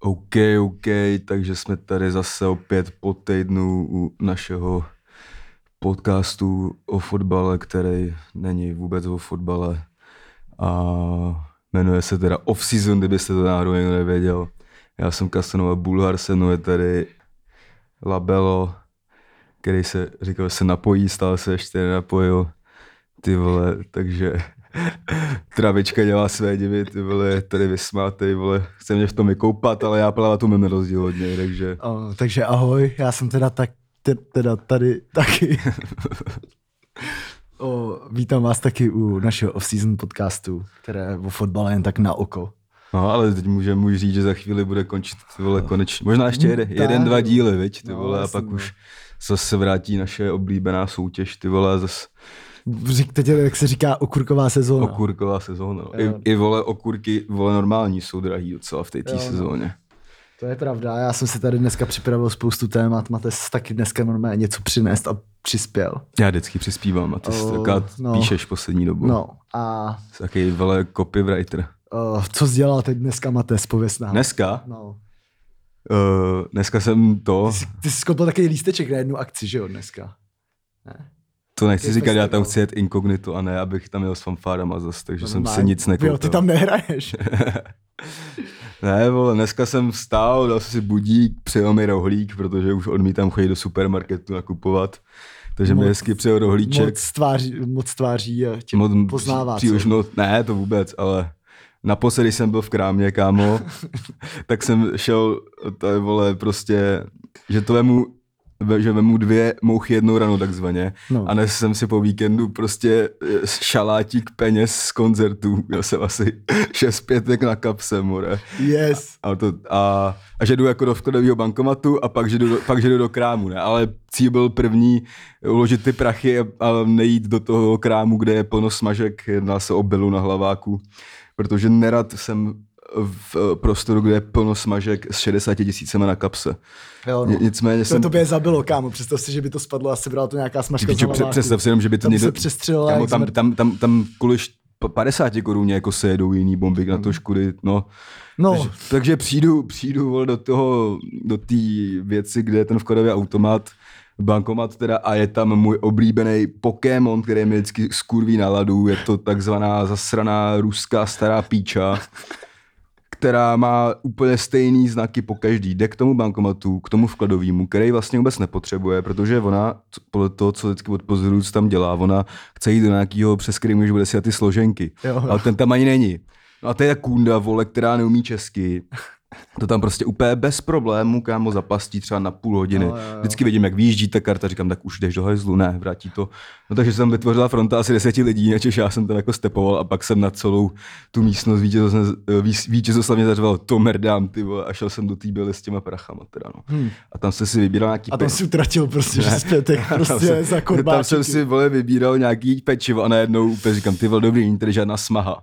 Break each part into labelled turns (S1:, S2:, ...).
S1: OK, OK, takže jsme tady zase opět po týdnu u našeho podcastu o fotbale, který není vůbec o fotbale a jmenuje se teda Off-Season, kdybyste to náhodou někdo nevěděl. Já jsem Kastanova Bulhar, se mnou je tady Labelo, který se říkal, že se napojí, stále se ještě nenapojil. Ty vole, takže travička dělá své divy, ty vole, tady vysmát, ty vole, chce mě v tom vykoupat, ale já plavat tu mimo rozdíl od něj, takže
S2: O, takže ahoj, já jsem teda, tak, te, teda tady taky. o, vítám vás taky u našeho off-season podcastu, které je o fotbale jen tak na oko.
S1: No, ale teď může, můžu říct, že za chvíli bude končit ty vole konečně. Možná ještě jeden, jeden dva díly, viď, ty
S2: Hmm, No,
S1: vole, a
S2: jasně,
S1: pak
S2: no.
S1: už zase vrátí naše oblíbená soutěž, ty vole, a zase
S2: Řík, teď, je, jak se říká, okurková sezóna.
S1: okurková sezóna. no.
S2: No. Jo.
S1: I, I, vole, okurky, vole, normální jsou drahý docela v té tý
S2: Jo, no.
S1: sezóně.
S2: To je pravda, já jsem si tady dneska připravil spoustu témat, máte si taky dneska normálně něco přinést a přispěl.
S1: Já vždycky přispívám a ty
S2: O,
S1: oh, taká
S2: no.
S1: no. píšeš poslední dobu.
S2: No a
S1: Jsi Taky, vole, copywriter.
S2: o, co jsi dělal teď dneska, Mates, pověz nám.
S1: Dneska,
S2: No.
S1: uh, dneska jsem to,
S2: Ty, jsi- ty jsi koupil takový lísteček na jednu akci, že jo, dneska?
S1: to nechci
S2: Jaký
S1: říkat, já tam
S2: festival?
S1: chci jet inkognito a ne, abych tam jel s fanfárama zase, takže jsem si
S2: Normálně.
S1: nic nekoupil.
S2: no, Jo, ty tam nehraješ.
S1: Ne, vole, dneska jsem vstál, dal jsem si budík, přijel mi rohlík, protože už odmítám chodit do supermarketu nakupovat. Takže mi
S2: Moc-
S1: hezky přijel rohlíček.
S2: Moc tváří, moc tváří eh, tě poznává.
S1: příliš
S2: co?
S1: moc, ne, to vůbec, ale naposledy jsem byl v krámě, kámo, tak jsem šel, to je, vole, prostě, že to vemu, ve- že vemu dvě mouchy jednou ranu takzvaně
S2: No.
S1: a nes jsem si po víkendu prostě eh, šalátík peněz z koncertů, měl jsem asi šest pětek na kapse, more.
S2: Yes.
S1: A, to, a, a že jdu jako do vkladového bankomatu a pak že, jdu do, pak že jdu do krámu, ne? Ale cíl byl první uložit ty prachy a, a nejít do toho krámu, kde je plno smažek, jedná se o belu na hlaváku, protože nerad jsem v eh, prostoru, kde je plno smažek s 60 tisícema na kapse.
S2: Jo,
S1: Ně-
S2: no.
S1: Nicméně
S2: To
S1: jsem...
S2: tobě je zabilo, kámo. Představ si, že by to spadlo a sebrala to nějaká
S1: Ty
S2: smažka
S1: píčo, pře- představ si jenom, že by to
S2: Tam
S1: někdo...
S2: se přestřelila
S1: Kámo,
S2: jak
S1: tam,
S2: zmrt.
S1: tam, tam, tam kvůli št- 50 koruně jako se jedou jiný bomby na to škudy, no.
S2: No,
S1: Takže, takže přijdu, přijdu vole, do toho, do té věci, kde je ten vkladový automat, bankomat teda a je tam můj oblíbený Pokémon, který mi vždycky skurví náladu, je to takzvaná zasraná ruská stará píča, která má úplně stejný znaky po každý. Jde k tomu bankomatu, k tomu vkladovému, který vlastně vůbec nepotřebuje, protože ona, co- podle toho, co vždycky odpozoruju, co tam dělá, ona chce jít do nějakého, přes který už bude si ty složenky.
S2: Jo.
S1: Ale ten tam ani není. No a to je ta kunda, vole, která neumí česky. To tam prostě úplně bez problémů, kámo, zapastí třeba na půl hodiny.
S2: Jo, jo, jo.
S1: Vždycky vidím, jak vyjíždí ta karta, říkám, tak už jdeš do hajzlu, ne, vrátí to. No takže se tam vytvořila fronta asi deseti lidí, ačež já jsem tam jako stepoval a pak jsem na celou tu místnost vítězoslavně- víz- vítězoslavně zařval, to merdám, ty vole, a šel jsem do té byly s těma prachama teda, no.
S2: Hmm.
S1: A tam jsem si vybíral nějaký
S2: a tam si utratil prostě, že zpětek
S1: tam
S2: prostě
S1: jsem-
S2: za
S1: Tam
S2: korbáčky.
S1: jsem si, vole, vybíral nějaký pečivo a najednou úplně říkám, ty vole, dobrý, není tady žádná smaha.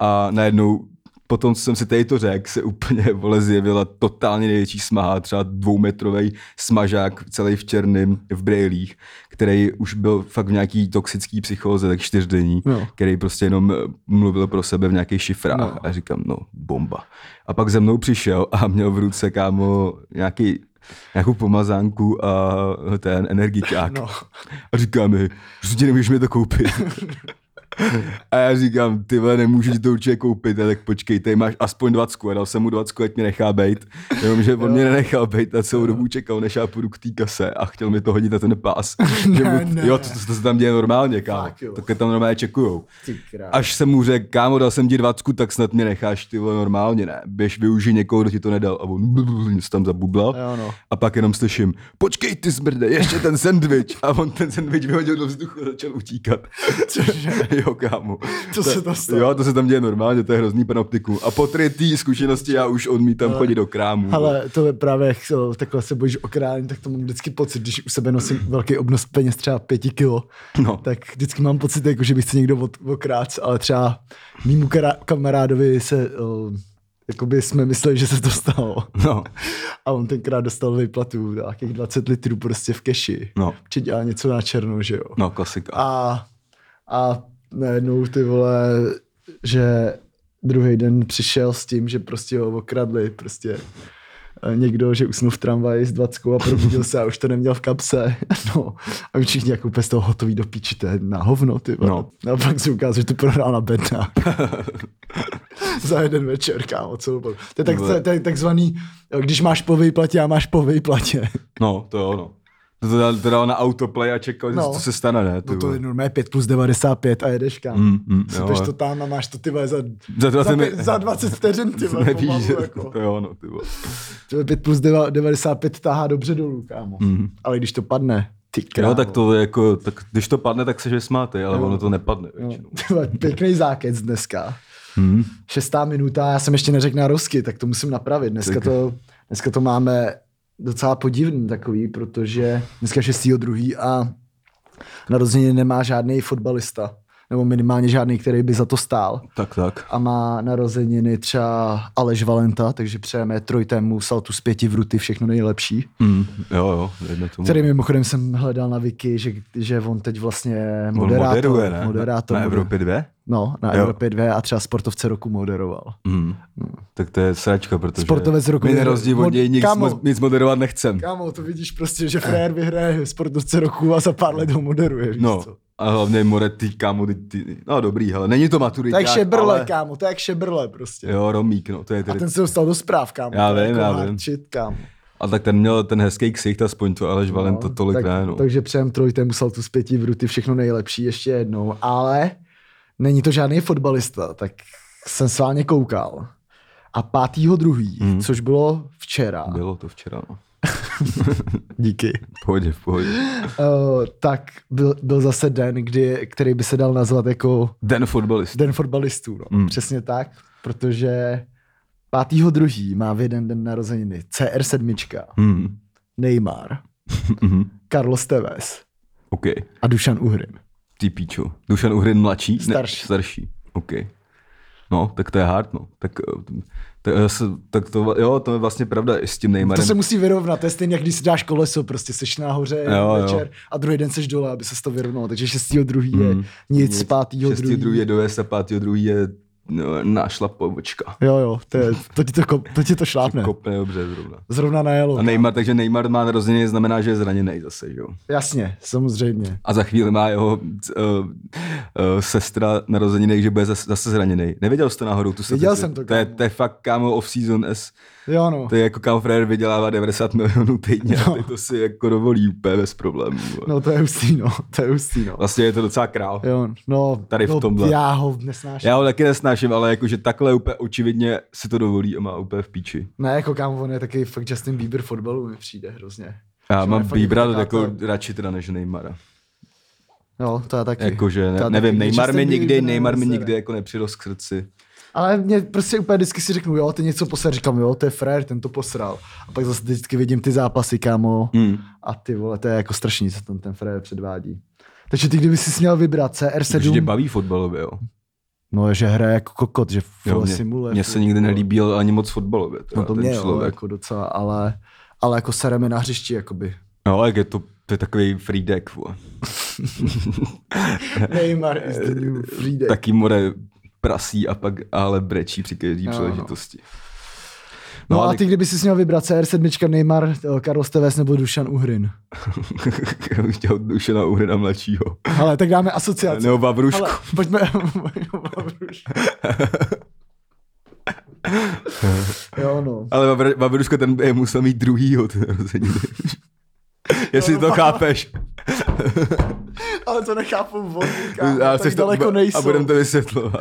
S1: A najednou potom, co jsem si tady to řekl, se úplně, vole, zjevila totálně největší smaha, třeba dvoumetrový smažák celý v černým, v brejlích, který už byl fakt v nějaký toxický psychóze, tak čtyřdenní,
S2: No.
S1: který prostě jenom eh, mluvil pro sebe v nějakých šifrách
S2: No.
S1: a říkám, no, bomba. A pak ze mnou přišel a měl v ruce, kámo, nějaký, nějakou pomazánku a ten energičák.
S2: No.
S1: A říká mi, že ti nemůžeš mi to koupit. A já říkám, ty vole, nemůžu ti to určitě koupit, a tak počkej, tady máš aspoň 20, a dal jsem mu 20, ať mě nechá bejt, jenomže on mě nenechal bejt a celou dobu čekal, než já půjdu k té kase a chtěl mi to hodit na ten pás. že
S2: Ne,
S1: mu,
S2: ne.
S1: Jo, to, to, to, se tam děje normálně, kámo,
S2: Fakt jo.
S1: tak tam normálně čekujou.
S2: Ty krá-
S1: Až jsem mu řekl, kámo, dal jsem ti 20, tak snad mě necháš, ty vole, normálně ne, běž využij někoho, kdo ti to nedal a on bl- bl- bl- něco tam zabublal.
S2: Jo, no.
S1: A pak jenom slyším, počkej ty smrde, ještě ten sendvič. A on ten sendvič vyhodil do vzduchu a začal utíkat.
S2: Cože?
S1: jo, kámo.
S2: Co se
S1: To-
S2: tam stalo?
S1: Jo, to se tam děje normálně, to je hrozný panoptikum. A po třetí zkušenosti já už odmítám chodit do krámu.
S2: Ale to je právě, jak to- takhle se bojíš okrání, tak to mám vždycky pocit, když u sebe nosím velký obnos peněz, třeba pěti kilo,
S1: No.
S2: tak vždycky mám pocit, jako, že bych se někdo od, okrác, ale třeba mýmu kara- kamarádovi se, uh, jakoby jsme mysleli, že se to stalo.
S1: No,
S2: A on tenkrát dostal výplatu nějakých 20 litrů prostě v keši.
S1: No.
S2: Či dělal něco na černou, že jo.
S1: no, klasika.
S2: A, a najednou ty vole, že druhý den přišel s tím, že prostě ho okradli, prostě eh, někdo, že usnul v tramvaji s dvackou a probudil se a už to neměl v kapse. No, a my všichni jako bez toho hotový do píči, to je na hovno, ty vole.
S1: No.
S2: A pak se ukázalo, že to prohrál na bednách. Za jeden večer, kámo, celou dobu. To je tak,
S1: Vole.
S2: to je takzvaný, když máš po výplatě a máš po výplatě.
S1: No, to jo, no. To to dal, to dal na autoplay a čekal,
S2: No.
S1: no. co se stane, ne? ty
S2: No to
S1: vole.
S2: je normálně 5 plus 95 a jedeš kam.
S1: Mm, mm, jo,
S2: Sypeš
S1: jo.
S2: to tam a máš to ty vole za,
S1: Za 20
S2: za,
S1: mi-
S2: pě- za 20 vteřin ty vole, pomalu,
S1: Nevíš, že
S2: jako.
S1: to jo, no, ty vole.
S2: Ty vole, 5 plus deva- 95 tahá dobře dolů, kámo. Mm. Ale když to padne, ty krávo.
S1: Jo, tak to je jako, tak když to padne, tak se že smáte, ale
S2: no. Jo.
S1: jo. ono to nepadne většinou.
S2: Ty vole, Pěkný zákec dneska.
S1: Hmm.
S2: Šestá minuta, já jsem ještě neřekl na rozky, tak to musím napravit. Dneska
S1: Tak.
S2: to, dneska to máme docela podivný takový, protože dneska 6.2. a narozeniny nemá žádný fotbalista, nebo minimálně žádný, který by za to stál.
S1: Tak, tak.
S2: a má narozeniny třeba Aleš Valenta, takže přejeme trojtému saltu z pěti vruty všechno nejlepší.
S1: Hmm. Jo, jo, dejme tomu.
S2: Který mimochodem jsem hledal na Wiki, že, že on teď vlastně
S1: On
S2: moderátor,
S1: moderuje, ne?
S2: moderátor
S1: na, na
S2: bude.
S1: Evropě 2?
S2: No, na
S1: Jo.
S2: Evropě 2 a třeba sportovce roku moderoval.
S1: Hmm. Tak to je sračka, protože
S2: Sportovec roku
S1: my na
S2: moder-
S1: rozdíl od
S2: mod-
S1: něj nic,
S2: Kámo.
S1: moc, nic moderovat nechcem.
S2: Kámo, to vidíš prostě, že frér vyhraje sportovce roku a za pár let ho moderuje, víš
S1: No,
S2: co?
S1: a hlavně more, ty kámo, ty, ty, no dobrý, ale není to maturita.
S2: Tak šebrle, ale...
S1: ale,
S2: kámo, tak šebrle prostě.
S1: Jo, Romík, no, to je
S2: A
S1: tedy.
S2: ten se dostal do zpráv, kámo.
S1: Já
S2: to je
S1: vím,
S2: jako
S1: já
S2: hard
S1: vím.
S2: shit, kámo.
S1: A tak ten měl ten hezký ksicht, aspoň to Aleš no, Valenta tolik
S2: tak,
S1: ne, no.
S2: Takže přejem trojité musel tu zpětí v ruty všechno nejlepší ještě jednou, ale není to žádný fotbalista, tak jsem sválně koukal. A pátýho druhý, hmm. což bylo včera, byl.
S1: Bylo to včera, no.
S2: díky,
S1: V pohodě, v pohodě.
S2: uh, tak byl, byl zase den, kdy, který by se dal nazvat jako
S1: Den fotbalist.
S2: den fotbalistů. No. Hmm.
S1: Hmm.
S2: Přesně tak, protože pátýho druhý má v jeden den narozeniny CR7,
S1: Hmm.
S2: Neymar,
S1: mhm.
S2: Carlos Tevez
S1: OK.
S2: a Dušan Uhrin.
S1: Ty píčo. Dušan Uhrin mladší?
S2: Starší.
S1: Ne, starší. OK. No, tak to je hard, no. Tak, eh, tak, eh, se- tak to, va- jo, to je vlastně pravda i s tím
S2: To
S1: Neymarem.
S2: se musí vyrovnat, to je stejně, jak když si dáš koleso, prostě seš nahoře jo,
S1: Jo, jo.
S2: večer a druhý den seš dole, aby se to vyrovnalo. Takže 6. druhý je
S1: Mm.
S2: nic, 5.
S1: Šestý
S2: druhý.
S1: druhý je dojezd a pátý druhý je no, nášla pobočka.
S2: Jo, jo, to, je, to, ti to, kop, to ti to šlápne.
S1: Kopne dobře zrovna.
S2: Zrovna najelo.
S1: A Neymar, takže Neymar má narozeniny, znamená, že je zraněný zase, že jo?
S2: Jasně, samozřejmě.
S1: A za chvíli má jeho uh, uh, sestra narozeniny, že bude zase, zase zraněný. Nevěděl jsi to náhodou? Tu
S2: Viděl
S1: statistiku?
S2: jsem to,
S1: To je,
S2: kámo.
S1: to je fakt kámo off-season S.
S2: Jo, no.
S1: To je jako kam Frér vydělává 90 milionů týdně no. a ty to si jako dovolí úplně bez problémů. No.
S2: No, to je hustý, no. To je hustý, no.
S1: Vlastně je to docela král.
S2: Jo, no,
S1: Tady v
S2: no,
S1: tomhle.
S2: Já ho nesnáším.
S1: Já ho taky nesnáším, ale jakože takhle úplně očividně si to dovolí a má úplně v píči.
S2: Ne, jako kámo, on je taky fakt Justin Bieber fotbalu mi přijde hrozně.
S1: Já
S2: Že on je
S1: mám
S2: fakt
S1: Bíbra
S2: taková
S1: jako
S2: ta-
S1: radši teda než Neymara.
S2: Jo, to já taky.
S1: Jakože
S2: To já
S1: ne,
S2: taky,
S1: nevím,
S2: když
S1: Neymar
S2: Justin
S1: mi
S2: Bieber
S1: nikdy,
S2: ne-
S1: Neymar mi
S2: nezere.
S1: nikdy jako nepřirost k srdci.
S2: Ale mě prostě úplně vždycky si řeknu, jo, ty něco posral, říkám, jo, to je frér, ten to posral. A pak zase vždycky vidím ty zápasy, kámo.
S1: Hmm.
S2: A ty vole, to je jako strašný, co tam ten frér předvádí. Takže ty, kdyby si měl vybrat
S1: Protože tě
S2: CR7,
S1: baví fotbalově, jo.
S2: no, že hraje jako kokot, že
S1: jo
S2: vole,
S1: mě,
S2: simuluje.
S1: mě se
S2: furt,
S1: nikdy
S2: vole.
S1: nelíbil ani moc fotbalově. Teda,
S2: No to
S1: ten
S2: mě, jo,
S1: člověk.
S2: jako docela, ale, ale jako sereme na hřišti, jakoby.
S1: No, jak je to, to je takový freedeck, vole.
S2: Neymar is the new
S1: Eh,
S2: free day.
S1: Taky more prasí a pak ale brečí při každý
S2: No,
S1: no,
S2: no.
S1: příležitosti.
S2: No a
S1: ale-
S2: ty, kdyby si měl vybrat CR7, Neymar, eh, Carlos Tevez nebo Dušan Uhrin.
S1: Já bych chtěl duše na úry na mladšího.
S2: Ale tak dáme asociaci.
S1: Nebo Vavrušku.
S2: Ale pojďme, Vavrušku. jo, no.
S1: Ale Vavr- Vavruško ten je musel mít druhýho ty narozeniny. Jestli to
S2: No.
S1: chápeš.
S2: Ale to nechápu vody, kámo,
S1: A
S2: tak
S1: chceš
S2: daleko nejsou.
S1: a budem to vysvětlovat.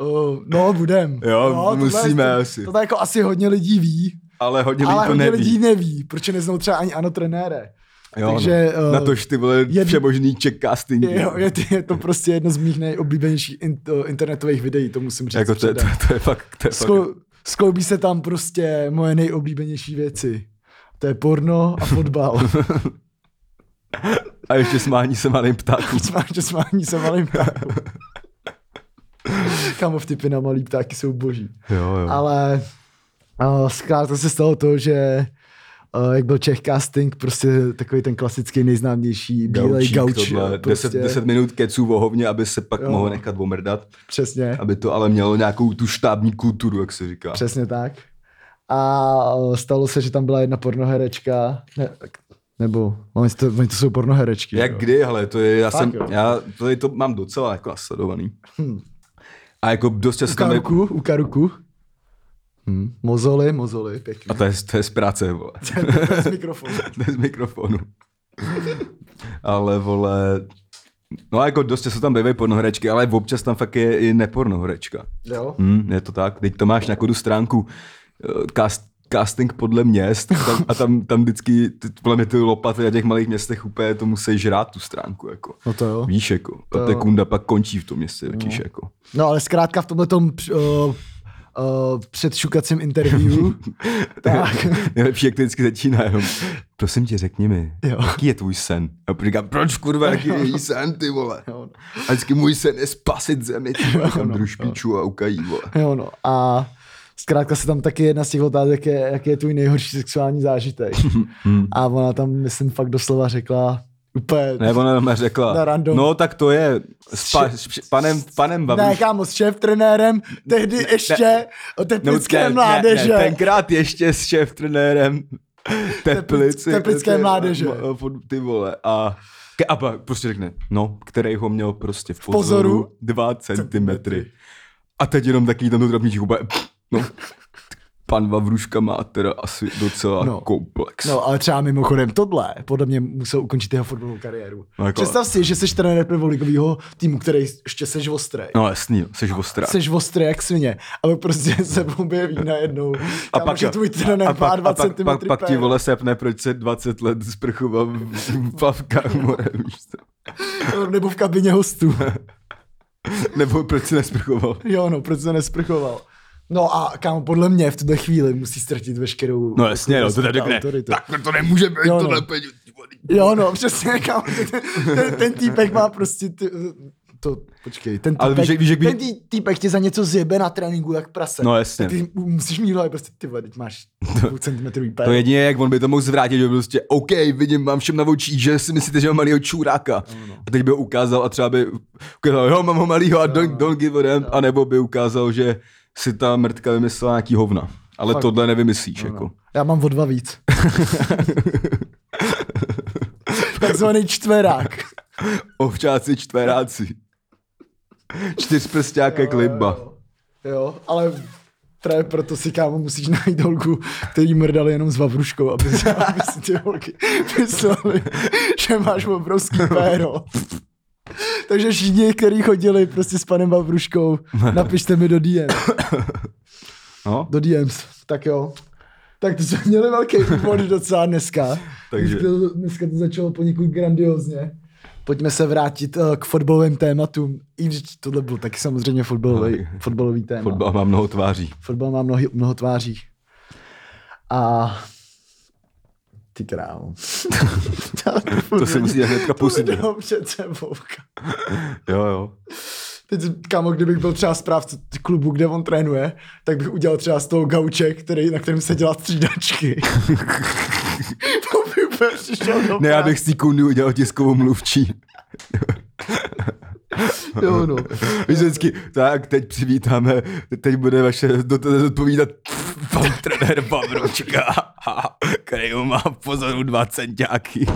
S2: Uh, no, budem.
S1: Jo,
S2: no, tohle
S1: musíme
S2: je-
S1: asi.
S2: Tohle jako asi hodně lidí ví,
S1: Ale hodně lidí
S2: ale
S1: to
S2: hodně
S1: neví.
S2: lidí neví, protože neznou třeba ani ano trenére.
S1: Jo,
S2: Takže,
S1: no.
S2: eh,
S1: na tož ty vole
S2: jed-
S1: jed... všemožný check castingy.
S2: Jo, je, je to prostě jedno z mých nejoblíbenějších in, eh, internetových videí, to musím říct.
S1: jako to, je- to,
S2: předem.
S1: to, je fakt, to je fakt.
S2: Sklo, skloubí se tam prostě moje nejoblíbenější věci. To je porno a fotbal.
S1: A ještě smání se malým ptákům.
S2: Smáče smání se malým ptákům. Kamo vtipy na malý ptáky jsou boží. eh,
S1: Jo, jo.
S2: Ale uh, zkrátka se stalo to, že eh, jak byl Čech casting, prostě takový ten klasický nejznámější bílej gauč. jo,
S1: prostě. 10, 10 minut keců v ohovně, aby se pak
S2: Jo.
S1: jo. mohl nechat omrdat,
S2: prostě. Přesně.
S1: aby to ale mělo nějakou tu štábní kulturu, jak se říká.
S2: Přesně tak. A eh, stalo se, že tam byla jedna pornoherečka, ne, nebo oni to, oni to jsou pornoherečky.
S1: Jak
S2: jo.
S1: kdy, hele, to je, já
S2: Fakt,
S1: jsem,
S2: jo. Hm.
S1: já to, to mám docela jako nasledovaný. A jako dost
S2: U
S1: často tam je,
S2: karuku, u karuku. Hmm. Mozoly, mozoly, pěkně.
S1: a to je, to je z práce, vole,
S2: Z mikrofonu.
S1: to je z mikrofonu. ale vole, no a jako dost často tam bývají pornohrečky, ale občas tam fakt je i nepornohrečka.
S2: Jo?
S1: Hmm, je to tak, teď to máš na kodu stránku eh, cast, casting podle měst tam, a tam, tam vždycky, ty- podle mě ty lopaty na těch malých městech úplně to musí žrát tu stránku, jako.
S2: No to jo.
S1: Víš, jako, ta tekunda pak končí v tom městě, totiž, jako.
S2: No ale zkrátka v tomhle tom uh, uh, předšukacím interview. tak.
S1: Nejlepší, jak to vždycky začíná jenom. Prosím tě, řekni mi,
S2: Jo.
S1: jo. jaký je tvůj sen? A pak říká, proč kurva, jaký je její sen, ty vole?
S2: Jo, no.
S1: A vždycky můj sen je spasit zemi, ty vole,
S2: Jo,
S1: tam
S2: no,
S1: drušpičů a ukají, vole.
S2: Jo, no. A zkrátka se tam taky jedna z těch otázek je, jaký je tvůj nejhorší sexuální zážitek. A ona tam, myslím, fakt doslova řekla úplně...
S1: Ne, ona nám řekla,
S2: Na random.
S1: no tak to je s, pa,
S2: Ši-
S1: s s panem, panem
S2: Ne,
S1: Babiš.
S2: kámo, s šéf trenérem, tehdy ne, ještě ne, o teplické ne, mládeže.
S1: Ne,
S2: Ne,
S1: ne, tenkrát ještě s šéf trenérem Teplici.
S2: Teplické
S1: eh,
S2: mládeže.
S1: mo- pod- Ty vole. A, ke- a pak prostě řekne, no, který ho měl prostě v pozoru,
S2: pozoru
S1: dva centimetry. A teď jenom takový ten drobníček úplně, pff, no, pan Vavruška má teda asi docela
S2: No.
S1: no. komplex.
S2: No, ale třeba mimochodem tohle podle mě musel ukončit jeho fotbalovou kariéru.
S1: No, jako-
S2: Představ si, že jsi trenér prvoligového týmu, který ještě seš ostrej.
S1: no jasný, jo, jsi ostrá.
S2: Seš ostrý jak svině, ale prostě se objeví najednou.
S1: A pak,
S2: že tvůj trenér
S1: a
S2: má
S1: pak,
S2: 2
S1: a pak,
S2: cm.
S1: pak, pak ti vole sepne, proč se 20 let sprchoval v plavkách morem, víš co?
S2: Nebo v kabině hostů.
S1: Nebo proč se nesprchoval?
S2: Jo, no, proč se nesprchoval? No a kámo, podle mě v tuhle chvíli musí ztratit veškerou
S1: No jasně, no, to tady
S2: autoritu.
S1: řekne. Tak to nemůže být,
S2: Jo,
S1: jo, no.
S2: no.
S1: tohle peníze.
S2: Jo, no, přesně, kámo, ten, ten, ten týpek má prostě, ty, to, počkej, ten
S1: Ale
S2: týpek,
S1: víš, jak- víš, jak-
S2: ten tý, týpek tě za něco zjebe na tréninku jak prase.
S1: No jasně.
S2: Tak Ty musíš mít v hlavě prostě, ty vole, teď máš dvou centimetrový pé.
S1: To jedině, jak on by to mohl zvrátit, že by prostě, OK, vidím, mám všem na očích, že si myslíte, že mám malýho čůráka.
S2: no.
S1: A teď by ho ukázal a třeba by ukázal, jo, mám ho malýho a don't, don't give a damn, anebo by ukázal, že si ta mrtka vymyslela nějaký hovna. Ale
S2: Fakt.
S1: tohle nevymyslíš, jako.
S2: Já mám o dva víc. Takzvaný čtverák.
S1: Ovčáci čtveráci. Čtyřprstáka klibba.
S2: Jo, Jo, ale právě proto si kámo musíš najít holku, který mrdali jenom s vavruškou, aby, si- aby si ty holky mysleli, že máš obrovský péro. Takže všichni, kteří chodili prostě s panem Vavruškou, napište mi do DM.
S1: No,
S2: Do DMs. Tak jo. Tak to jsme měli velký úvod docela dneska.
S1: Takže-
S2: Už To, dneska to začalo poněkud grandiozně. Pojďme se vrátit eh, k fotbalovým tématům. I když tohle byl taky samozřejmě fotbalový,
S1: No,
S2: fotbalový téma.
S1: fotbal má mnoho tváří.
S2: Fotbal má mnoho, mnoho tváří. A ty krávo.
S1: To si musí hnedka pustit.
S2: To mi před sebou. kámo.
S1: Jo, jo.
S2: Teď, kámo, kdybych byl třeba správce t- klubu, kde on trénuje, tak bych udělal třeba z toho gauče, který, na kterém se dělá střídačky. to by úplně přišel do
S1: Ne, já
S2: práce.
S1: bych z té kundy udělal tiskovou mluvčí.
S2: Jo, no.
S1: Víš, vždycky, tak teď přivítáme, teď bude vaše dotazy odpovídat pan trenér Pavroučka, který ho má v pozoru dva centiáky.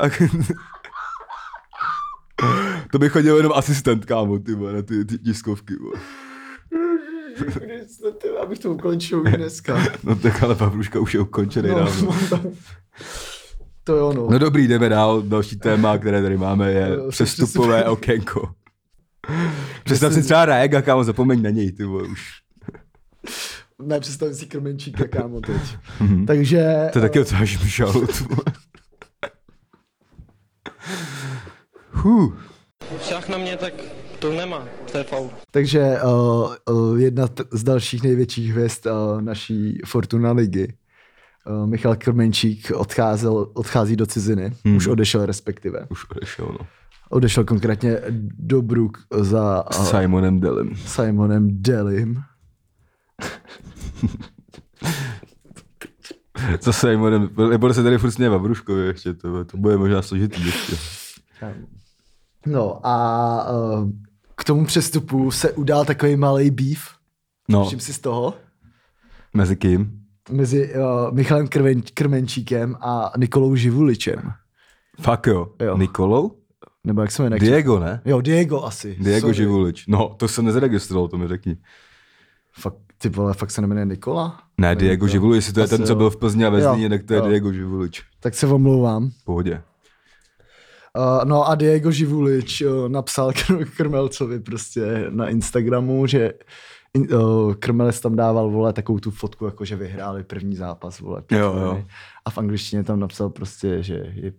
S1: Tak... To by chodil jenom asistent, kámo, ty vole, na ty, ty tiskovky, vole.
S2: Kriste, ty, abych to ukončil už dneska.
S1: No tak ale Pavruška už je ukončený
S2: No,
S1: dávno.
S2: mám tam- to jo, no.
S1: No dobrý, jdeme dál. Další téma, které tady máme, je
S2: Jo,
S1: přestupové
S2: přestup-
S1: okénko. Představ si třeba Rajega, kámo, zapomeň na něj, ty vole, už.
S2: Ne, představím si krmenčíka, kámo, teď. Takže...
S1: Mhm. To
S2: eh,
S1: taky otážím žalud. vole. Hů.
S3: Šach na mě, tak to nemá, to je faul.
S2: Takže uh, uh, jedna t- z dalších největších hvězd uh, naší Fortuna ligy, uh, Michal Krmenčík, odcházel, odchází do ciziny.
S1: Mhm.
S2: Hmm. Už odešel respektive.
S1: Už odešel, no.
S2: Odešel konkrétně do Bruk za
S1: S
S2: uh,
S1: Simonem Delem.
S2: Simonem Delim.
S1: Zase Limonem. Libor se tady furt směje Bruškovi ještě, to, to bude možná složitý ještě.
S2: No a eh, k tomu přestupu se udál takový malý býv.
S1: No,
S2: Všim si z toho?
S1: mezi kým?
S2: Mezi uh, Michalem Krven, Krmenčíkem a Nikolou Živuličem.
S1: Fakt jo.
S2: Jo.
S1: jo. Nikolou?
S2: Nebo jak se jmenuje?
S1: Diego, ne?
S2: Jo, Diego asi.
S1: Diego
S2: Sorry.
S1: Živulič. No, to jsem nezaregistroval, to mi řekni.
S2: Fakt, ty vole, fakt se nemenuje Nikola?
S1: Ne, Diego
S2: to.
S1: Živulič, jestli to je
S2: Asi
S1: ten, co
S2: jo.
S1: byl v Plzni a ve
S2: Jo,
S1: Zlíně, tak to je
S2: jo.
S1: Diego Živulič.
S2: Tak se omlouvám.
S1: V pohodě.
S2: Uh, no a Diego Živulič uh, napsal Kr- Krmelcovi prostě na Instagramu, že in, uh, Krmelec tam dával, vole, takovou tu fotku, jako že vyhráli první zápas, vole. pět
S1: Jo,
S2: nuly.
S1: jo.
S2: A v angličtině tam napsal prostě, že je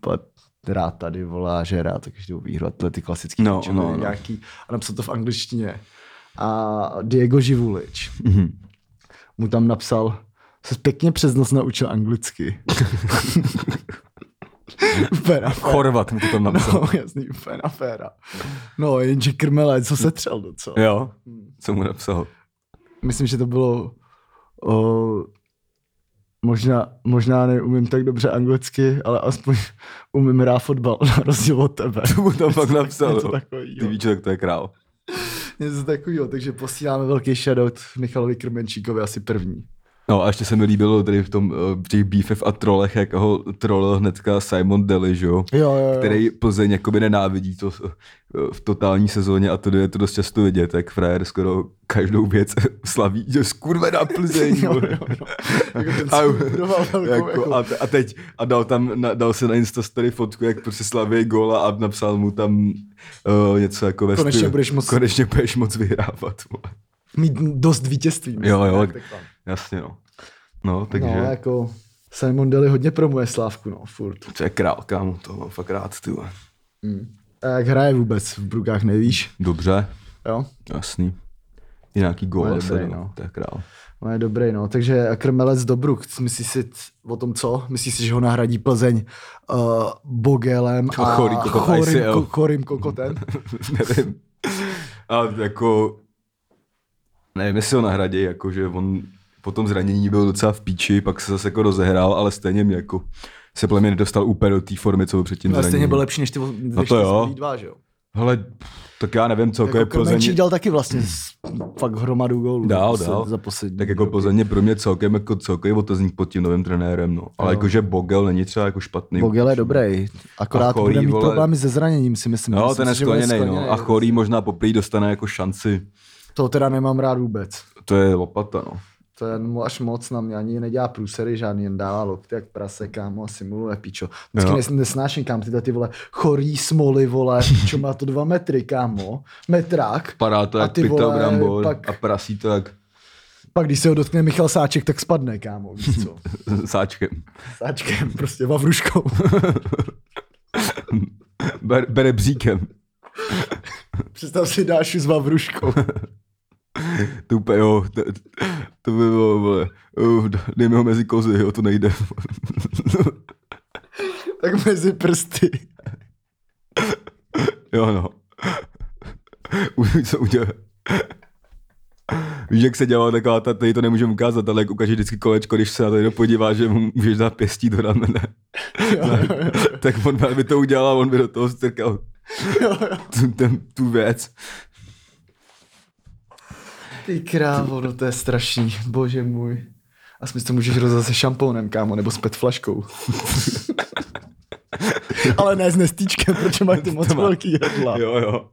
S2: pa- rád tady volá, že je rád každou výhru, a tyhle ty klasické
S1: No,
S2: klíčové
S1: no, no.
S2: nějaký. A napsal to v angličtině. A Diego Živulič
S1: Mhm.
S2: mu tam napsal, se pěkně přes noc naučil anglicky. Úplně na fér.
S1: Chorvat mu to tam napsal.
S2: No, jasný, úplně na féra. No, jenže krmelec, co se třel docela.
S1: Jo, co mu napsal.
S2: Myslím, že to bylo o, možná, možná neumím tak dobře anglicky, ale aspoň umím hrát fotbal na rozdíl od tebe.
S1: To mu tam pak napsal.
S2: něco
S1: jo.
S2: takovýho.
S1: Ty víš, jak to je král.
S2: Něco takového, takže posíláme velký shoutout Michalovi Krmenčíkovi asi první.
S1: No a ještě se mi líbilo tady v tom, eh, v těch beefech a trolech, jak ho trolil hnedka Simon Deli, že jo?
S2: Jo, jo, jo.
S1: který Plzeň jakoby nenávidí to eh, v totální sezóně a to je to dost často vidět, jak frajer skoro každou věc slaví, že skurvená Plzeň.
S2: Jo,
S1: vole.
S2: jo, jo. Jako ten
S1: A-
S2: si budoval velkou,
S1: jako,
S2: jako,
S1: a, te- a, teď, a dal, tam, na, dal se na Instastory fotku, jak prostě slaví góla a napsal mu tam uh, něco jako ve
S2: Konečně
S1: stylu,
S2: budeš moc-
S1: konečně budeš moc vyhrávat. vole.
S2: mít dost vítězství. myslím,
S1: Jo, jo,
S2: tak- tak tam.
S1: jasně no. No, takže...
S2: No, jako Simon Deli hodně promuje Slávku, no, furt.
S1: To je král, kámo, to mám fakt rád, ty vole.
S2: A jak hraje vůbec v Brugách, nevíš?
S1: Dobře,
S2: Jo,
S1: jasný. I nějaký
S2: To je
S1: gól asi,
S2: dobrý,
S1: no.
S2: no.
S1: to je král.
S2: on je dobrý, no. Takže Krmelec do Brug, myslíš si t- o tom co? Myslíš si, že ho nahradí Plzeň uh, Bogelem a
S1: Chorý kokot
S2: chorým,
S1: ICL.
S2: ko- chorým kokotem?
S1: nevím. A jako, nevím, jestli ho nahradí, jako, že on po tom zranění byl docela v píči, pak se zase jako rozehrál, ale stejně mě jako se podle mě nedostal úplně do té formy, co byl před tím
S2: No,
S1: zraněním.
S2: stejně byl lepší než ty než
S1: No to
S2: ty
S1: jo.
S2: zbylý dva, že jo?
S1: Hele, pff, tak já nevím, co jako je
S2: Jako Krmenčík
S1: Plzeň.
S2: dal taky vlastně s- fakt hromadu gólů. za
S1: Dál,
S2: posled-
S1: dál.
S2: Za poslední.
S1: Tak jako Plzeň je pro mě celkem jako celkový otazník pod tím novým trenérem, no. Ale jakože Bogel není třeba jako špatný.
S2: Bogel je dobrý, akorát
S1: A chorý,
S2: bude mít
S1: vole.
S2: problémy se zraněním, si myslím.
S1: No,
S2: Myslím
S1: ten je
S2: si, že bude
S1: skleněný, no.
S2: skleněnej.
S1: A chorý možná poprý dostane jako šanci.
S2: To teda nemám rád vůbec.
S1: To je lopata, no.
S2: Ten mu až moc na mě ani nedělá průsery žádný, jen dává lokty jak prase, kámo, a simuluje pičo. Vždycky
S1: Jo.
S2: nes, nesnáším, kam tyhle ty vole chorý smoly, vole, pičo, má to dva metry, kámo, metrák.
S1: Padá to
S2: A
S1: jak
S2: ty
S1: pita
S2: vole,
S1: brambor
S2: pak-
S1: a prasí to jak
S2: Pak když se ho dotkne Michal Sáček, tak spadne, kámo, víš co?
S1: sáčkem.
S2: Sáčkem, prostě vavruškou.
S1: Ber, bere bříkem.
S2: Představ si dášu s vavruškou.
S1: To úplně, jo, to, to by bylo, vole, uh, dej mi ho mezi kozy, jo, to nejde.
S2: Tak mezi prsty.
S1: jo, no. Uvidí, co udělá. Víš, jak se dělá taková, ta, tady to nemůžeme ukázat, ale jak ukážeš vždycky kolečko, když se na to někdo podívá, že mu můžeš dát pěstí do ramene,
S2: Jo, jo, jo.
S1: tak on by to udělal a on by do toho strkal
S2: jo, jo.
S1: tu, ten, tu věc.
S2: Ty krávo, no to je strašný, bože můj. A smysl to můžeš rozdat se šampónem, kámo, nebo s pet flaškou. Ale ne s nestýčkem, protože mají ty moc
S1: To má-
S2: velký jedla.
S1: Jo, jo.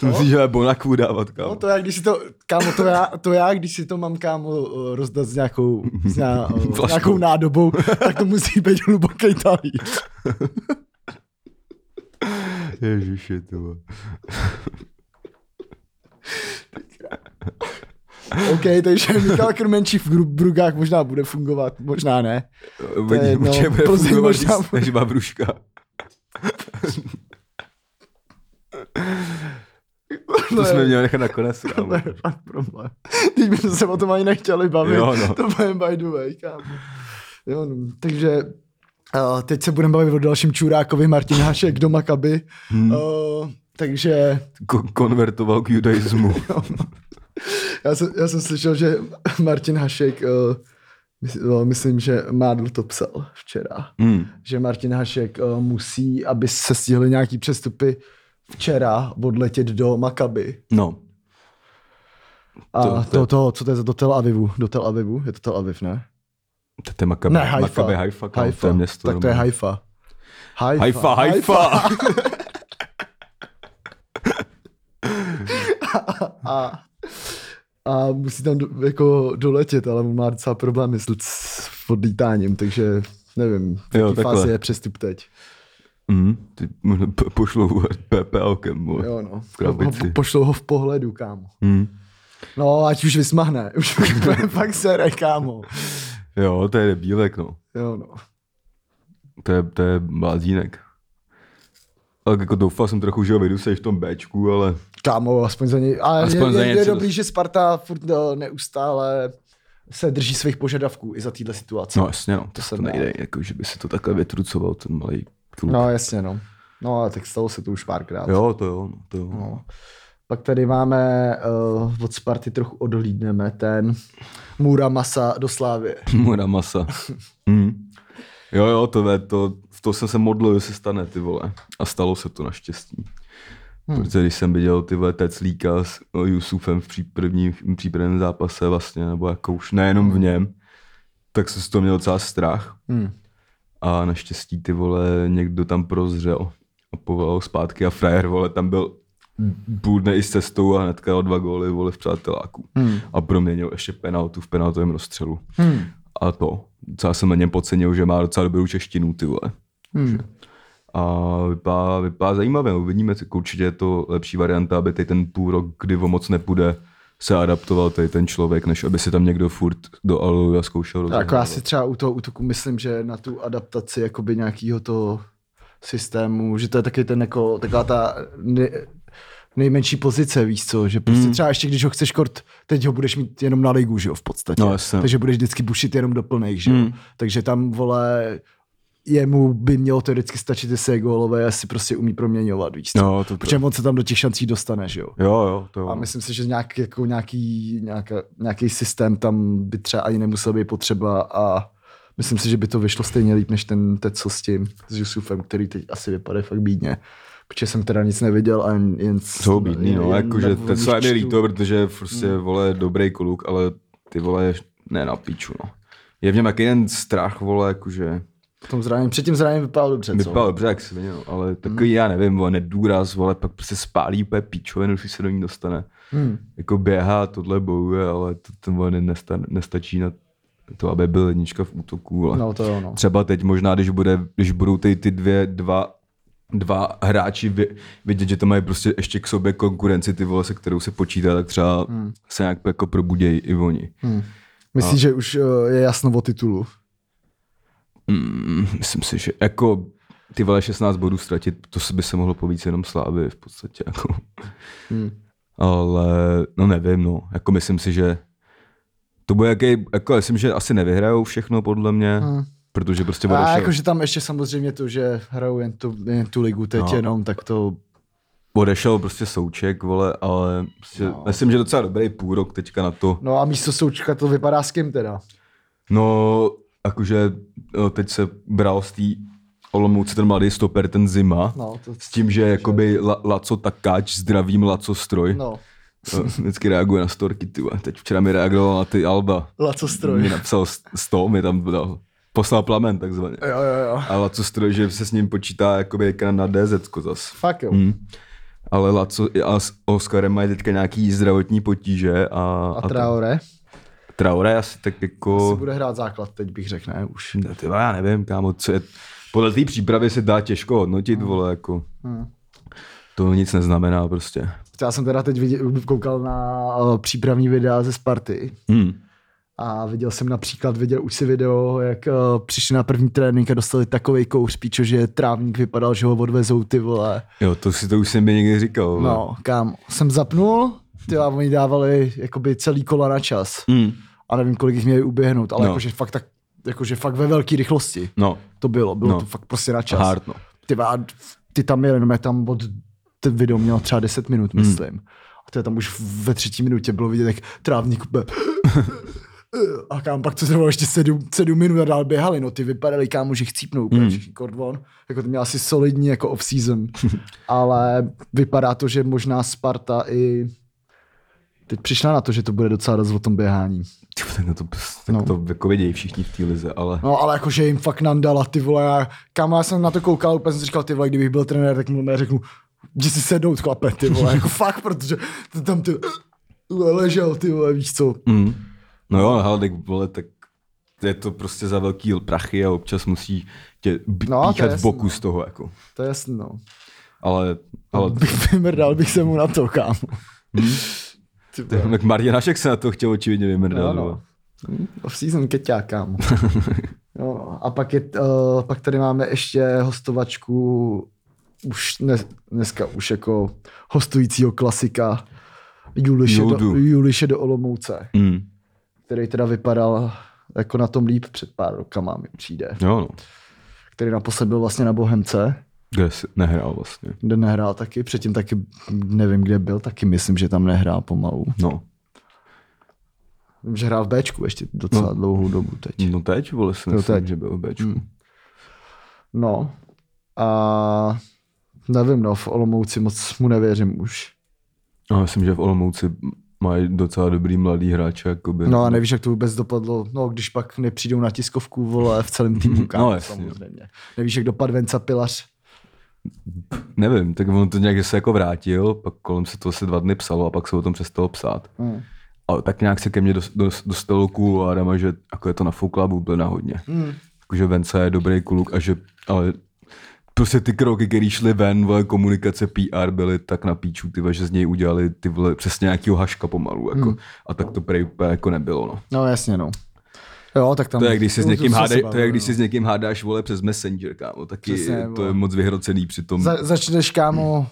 S1: To musíš ale bonakvu dávat,
S2: No
S1: kámo.
S2: to já, když si to, kámo, to já, to já, když si to mám, kámo, eh, rozdat s nějakou, s ná, eh,
S1: Flaškou.
S2: nějakou nádobou, tak to musí být hluboký talíř.
S1: Ježiši, ty vole.
S2: OK, takže Michal Krmenčík v Gru- Brugách možná bude fungovat, možná ne. je
S1: Vidím,
S2: jedno.
S1: určitě bude
S2: Plzeň
S1: fungovat
S2: možná
S1: víc
S2: bude.
S1: než babruška. To
S2: No
S1: jsme
S2: jo.
S1: měli nechat nakonec. kámo.
S2: To je fakt problém. Teď bychom se o tom ani nechtěli bavit.
S1: Jo, no.
S2: To bude by the way, kámo. Jo, no. Takže uh, teď se budeme bavit o dalším čurákovi Martin Hašek do Makaby. Hmm. Uh, takže
S1: Ko- Konvertoval k judaismu.
S2: já jsem, já jsem slyšel, že Martin Hašek uh, Mys- no, Myslím, že Mádl to psal včera.
S1: Mm.
S2: Že Martin Hašek eh, musí, aby se stihly nějaký přestupy včera odletět do Makaby.
S1: No,
S2: A
S1: To-
S2: to,
S1: to je-
S2: to, to, co to je za do Tel Avivu? Do Tel Avivu? Je to Tel Aviv, ne?
S1: to je Makabe.
S2: Ne, Haifa.
S1: Makabe Haifa, kámo, to je město.
S2: tak to je
S1: no.
S2: Haifa.
S1: Haifa,
S2: Haifa,
S1: Haifa.
S2: A, a musí tam do, jako doletět, ale on má docela problémy s, s odlítáním, takže nevím, v
S1: Jo,
S2: jaký
S1: takhle.
S2: fázi je přestup teď.
S1: Mm, ty možná po- pošlou PPLkem, vole.
S2: Jo, no.
S1: v krabici.
S2: Ho- ho- Pošlou ho v pohledu, kámo.
S1: Mm.
S2: No, ať už vysmahne. Už úplně fakt sere, kámo.
S1: Jo, to je debílek, no.
S2: Jo, no.
S1: To je, to je blázínek. Tak jako doufal jsem trochu, že ho vyjdu se v tom Bčku, ale
S2: Kámo, aspoň za něj. A
S1: Aspoň
S2: aspoň je,
S1: za
S2: je, je
S1: něco
S2: dobrý, že Sparta furt eh, neustále se drží svých požadavků i za této situace.
S1: no jasně, no, to se
S2: jsem
S1: to nejde,
S2: rád.
S1: jako, že by se to takhle vytrucoval ten malý kluk.
S2: no jasně, no. No, ale tak stalo se to už párkrát.
S1: Jo, to jo, no, to jo. No.
S2: No. Pak tady máme, uh, od Sparty trochu odhlídneme, ten Muramasa do Slávy.
S1: Mora masa. mm. Jo, jo, to, ve, to, to jsem se modlil, že se stane, ty vole. A stalo se to naštěstí. Hmm. Protože když jsem viděl ty vole Teclíka s no, Jusufem v pří- prvním v přípravném zápase vlastně, nebo jako už nejenom v něm, tak jsem z toho měl docela strach.
S2: Hmm.
S1: A naštěstí ty vole někdo tam prozřel a povolal zpátky a frajer vole tam byl půl dne i s cestou a hnedka dal dva góly vole v přáteláku.
S2: Hmm.
S1: A proměnil ještě penaltu v penaltovém rozstřelu.
S2: Hmm.
S1: A to, docela jsem na něm podcenil, že má docela dobrou češtinu, ty vole.
S2: Hmm.
S1: A vypadá, vypadá zajímavě, uvidíme, tak určitě je to lepší varianta, aby teď ten půl rok, kdy o moc nepůjde, se adaptoval tady ten člověk, než aby se tam někdo furt do Aluja zkoušel
S2: Jako já
S1: rozehrávat.
S2: si třeba u toho útoku myslím, že na tu adaptaci jakoby nějakého toho systému, že to je taky ten jako, taková ta ne, nejmenší pozice, víš co, že prostě
S1: Hmm.
S2: třeba ještě když ho chceš kort, teď ho budeš mít jenom na ligu, že jo, v podstatě.
S1: No, jasně. Hmm.
S2: Takže budeš vždycky bušit jenom do plných, že jo. Takže tam, vole, jemu by mělo teoreticky stačit, jestli je gólové, jestli prostě umí proměňovat, víš co.
S1: No, to, to.
S2: Protože on se tam do těch šancí dostane, že jo.
S1: Jo, jo, to jo.
S2: A myslím si, že nějak, jako nějaký, nějaká, nějaký systém tam by třeba ani nemusel být potřeba a myslím si, že by to vyšlo stejně líp, než ten teď co s tím, s Yusufem, který teď asi vypadá fakt bídně. Protože jsem teda nic neviděl a jen... jen
S1: Jsou bídný, no,
S2: jen na
S1: jakože ten
S2: vodních
S1: se mi
S2: čtu.
S1: líto, protože prostě, vole, dobrý kluk, ale ty vole, ne na píču, no. Je v něm jaký ten strach, vole, jakože...
S2: V tom zranění, před tím zraněním vypadal dobře,
S1: Vypadal
S2: co?
S1: dobře, jak svině, no, ale takový, hmm. já nevím, vole, nedůraz, vole, pak prostě spálí úplně píčovinu, když se do ní dostane.
S2: Hmm.
S1: Jako běhá, tohle bojuje, ale to, to vole, nesta, nestačí na to, aby byl jednička v útoku, vole.
S2: No to jo, no.
S1: Třeba teď možná, když, bude, když budou ty, ty dvě, dva, dva hráči vě, vidět, že tam mají prostě ještě k sobě konkurenci, ty vole, se kterou se počítá, tak třeba hmm. se nějak jako probudějí i oni.
S2: Hmm. Myslíš, že už eh, je jasno o titulu?
S1: Mm, myslím si, že jako ty vole 16 bodů ztratit, to se by se mohlo povíct jenom Slávy v podstatě. Jako.
S2: Hmm.
S1: Ale no nevím, no. Jako myslím si, že to bude jaký, jako myslím, že asi nevyhrajou všechno podle mě,
S2: Hmm.
S1: protože prostě
S2: A
S1: odešel, jako,
S2: jakože tam ještě samozřejmě to, že hrajou jen tu, jen tu ligu teď
S1: No.
S2: no. jenom, tak to
S1: odešel prostě Souček, vole, ale prostě, no.
S2: No.
S1: myslím, že docela dobrý půrok teďka na to.
S2: No a místo součka to vypadá s kým teda?
S1: No, jakože no, teď se bral z té Olomouce ten mladý stoper, ten Zima,
S2: No, to,
S1: s tím, že jakoby La, Laco Takáč, zdravím Laco Stroj.
S2: no.
S1: Jo, Vždycky reaguje na storky, ty vole. Teď včera mi reagoval na ty Alba.
S2: Laco
S1: Mi
S2: stroj.
S1: napsal 100, mi tam dal. Poslal plamen takzvaně.
S2: Jo, jo, jo.
S1: A Laco stroj, že se s ním počítá jakoby jak na DZ zas.
S2: Fakt jo.
S1: Hm. Ale Laco a s Oskarem mají teďka nějaký zdravotní potíže a,
S2: A Traore?
S1: Traore asi tak
S2: Si
S1: jako...
S2: bude hrát základ teď bych řekl, ne už.
S1: Ne, ty vole, já nevím, kámo, co je... Podle té přípravy se dá těžko hodnotit,
S2: Hmm.
S1: vole, jako...
S2: Hm.
S1: To nic neznamená prostě.
S2: Já jsem teda teď viděl, koukal na eh, přípravní videa ze Sparty
S1: Hm.
S2: a viděl jsem například, viděl už si video, jak eh, přišli na první trénink a dostali takový kouř píčo, že trávník vypadal, že ho odvezou ty vole.
S1: Jo, to si to už jsem mi někdy říkal. vole.
S2: No, kam. Jsem zapnul, ty a oni dávali jakoby celý kola na čas.
S1: Hm.
S2: a nevím, kolik jich měli uběhnout, ale
S1: No.
S2: no. jakože fakt tak, jakože fakt ve velké rychlosti
S1: No,
S2: to bylo, bylo
S1: No.
S2: no. to fakt prostě na čas.
S1: hard, no.
S2: Ty, vá- ty tam jeli, no, tam od ty video měl třeba 10
S1: Hmm.
S2: minut, myslím. A to je tam už ve třetí minutě bylo vidět, jak trávník úplně "Eh", A kámo, pak to trvalo ještě sedm, sedm minut a dál běhali, no ty vypadali kámo, že chcípnou,
S1: Hmm.
S2: mm. všichni Kordvon, jako to měl asi solidní jako off-season, ale vypadá to, že možná Sparta i teď přišla na to, že to bude docela dost o tom běhání.
S1: Ty, vole, tak na to, tak
S2: No.
S1: no. to jako vědějí všichni v té lize, ale...
S2: No ale jakože jim fakt nandala, ty vole, já, kam já jsem na to koukal, úplně jsem si říkal, ty vole, kdybych byl trenér, tak mu neřeknu, jdi si sednout, chlape, ty vole, jako fakt, protože to tam ty ležel, ty vole, víš co.
S1: Mm. No jo, ale tak vole, tak je to prostě za velký prachy a občas musí tě b-
S2: No, to je
S1: no, píchat v
S2: jasný,
S1: boku
S2: no.
S1: z toho, jako.
S2: To je jasný, no.
S1: Ale, ale
S2: Bych vymrdal bych se mu na to, kámo. Ty
S1: to, tak Martin Hašek se na to chtěl očividně vymrdat.
S2: No,
S1: No,
S2: no. Off-season keťák, kámo. No, a pak, je, uh, pak tady máme ještě hostovačku už ne, dneska už jako hostujícího klasika Juliše do,
S1: Joudu.
S2: Juliše do Olomouce,
S1: Mm.
S2: který teda vypadal jako na tom líp před pár rokama mi přijde,
S1: jo no.
S2: který naposled byl vlastně na Bohemce,
S1: Kde jsi nehrál vlastně.
S2: kde nehrál taky, předtím taky nevím, kde byl, taky myslím, že tam nehrál pomalu.
S1: No,
S2: Vím, že hrál v Bčku ještě docela no.
S1: No.
S2: dlouhou dobu teď.
S1: no teď, vole, si
S2: No,
S1: myslím,
S2: teď.
S1: že byl v Bčku.
S2: Mm. No a nevím, no, v Olomouci moc mu nevěřím už.
S1: A myslím, že v Olomouci mají docela dobrý mladý hráče, jako jakoby.
S2: No a nevíš, jak to vůbec dopadlo, no, když pak nepřijdou na tiskovku, vole, v celém týmu, kámo, no,
S1: jasně.
S2: samozřejmě. Nevíš, jak dopad Venca Pilař.
S1: Nevím, tak on to nějak se jako vrátil, pak kolem se to asi dva dny psalo a pak se o tom přestalo psát.
S2: Mm.
S1: A tak nějak se ke mně dos- dos- dostalo kůl Adama, že jako je to nafoukla bublina hodně.
S2: Mm.
S1: Jakože Vence je dobrý kluk a že, ale prostě ty kroky, které šly ven, vole, komunikace PR byly tak na píču, ty vole, že z něj udělali ty vole, přesně nějakýho haška pomalu, jako.
S2: Hmm.
S1: A tak to prej úplně jako nebylo, no.
S2: No jasně, no. Jo, tak tam...
S1: To je, když si s
S2: to-
S1: někým,
S2: to se
S1: hádej, to je,
S2: bavíme,
S1: když
S2: no.
S1: si s někým hádáš, vole, přes Messenger, kámo, taky
S2: Přesně,
S1: to
S2: vole.
S1: je moc vyhrocený při tom.
S2: Za, začneš, kámo,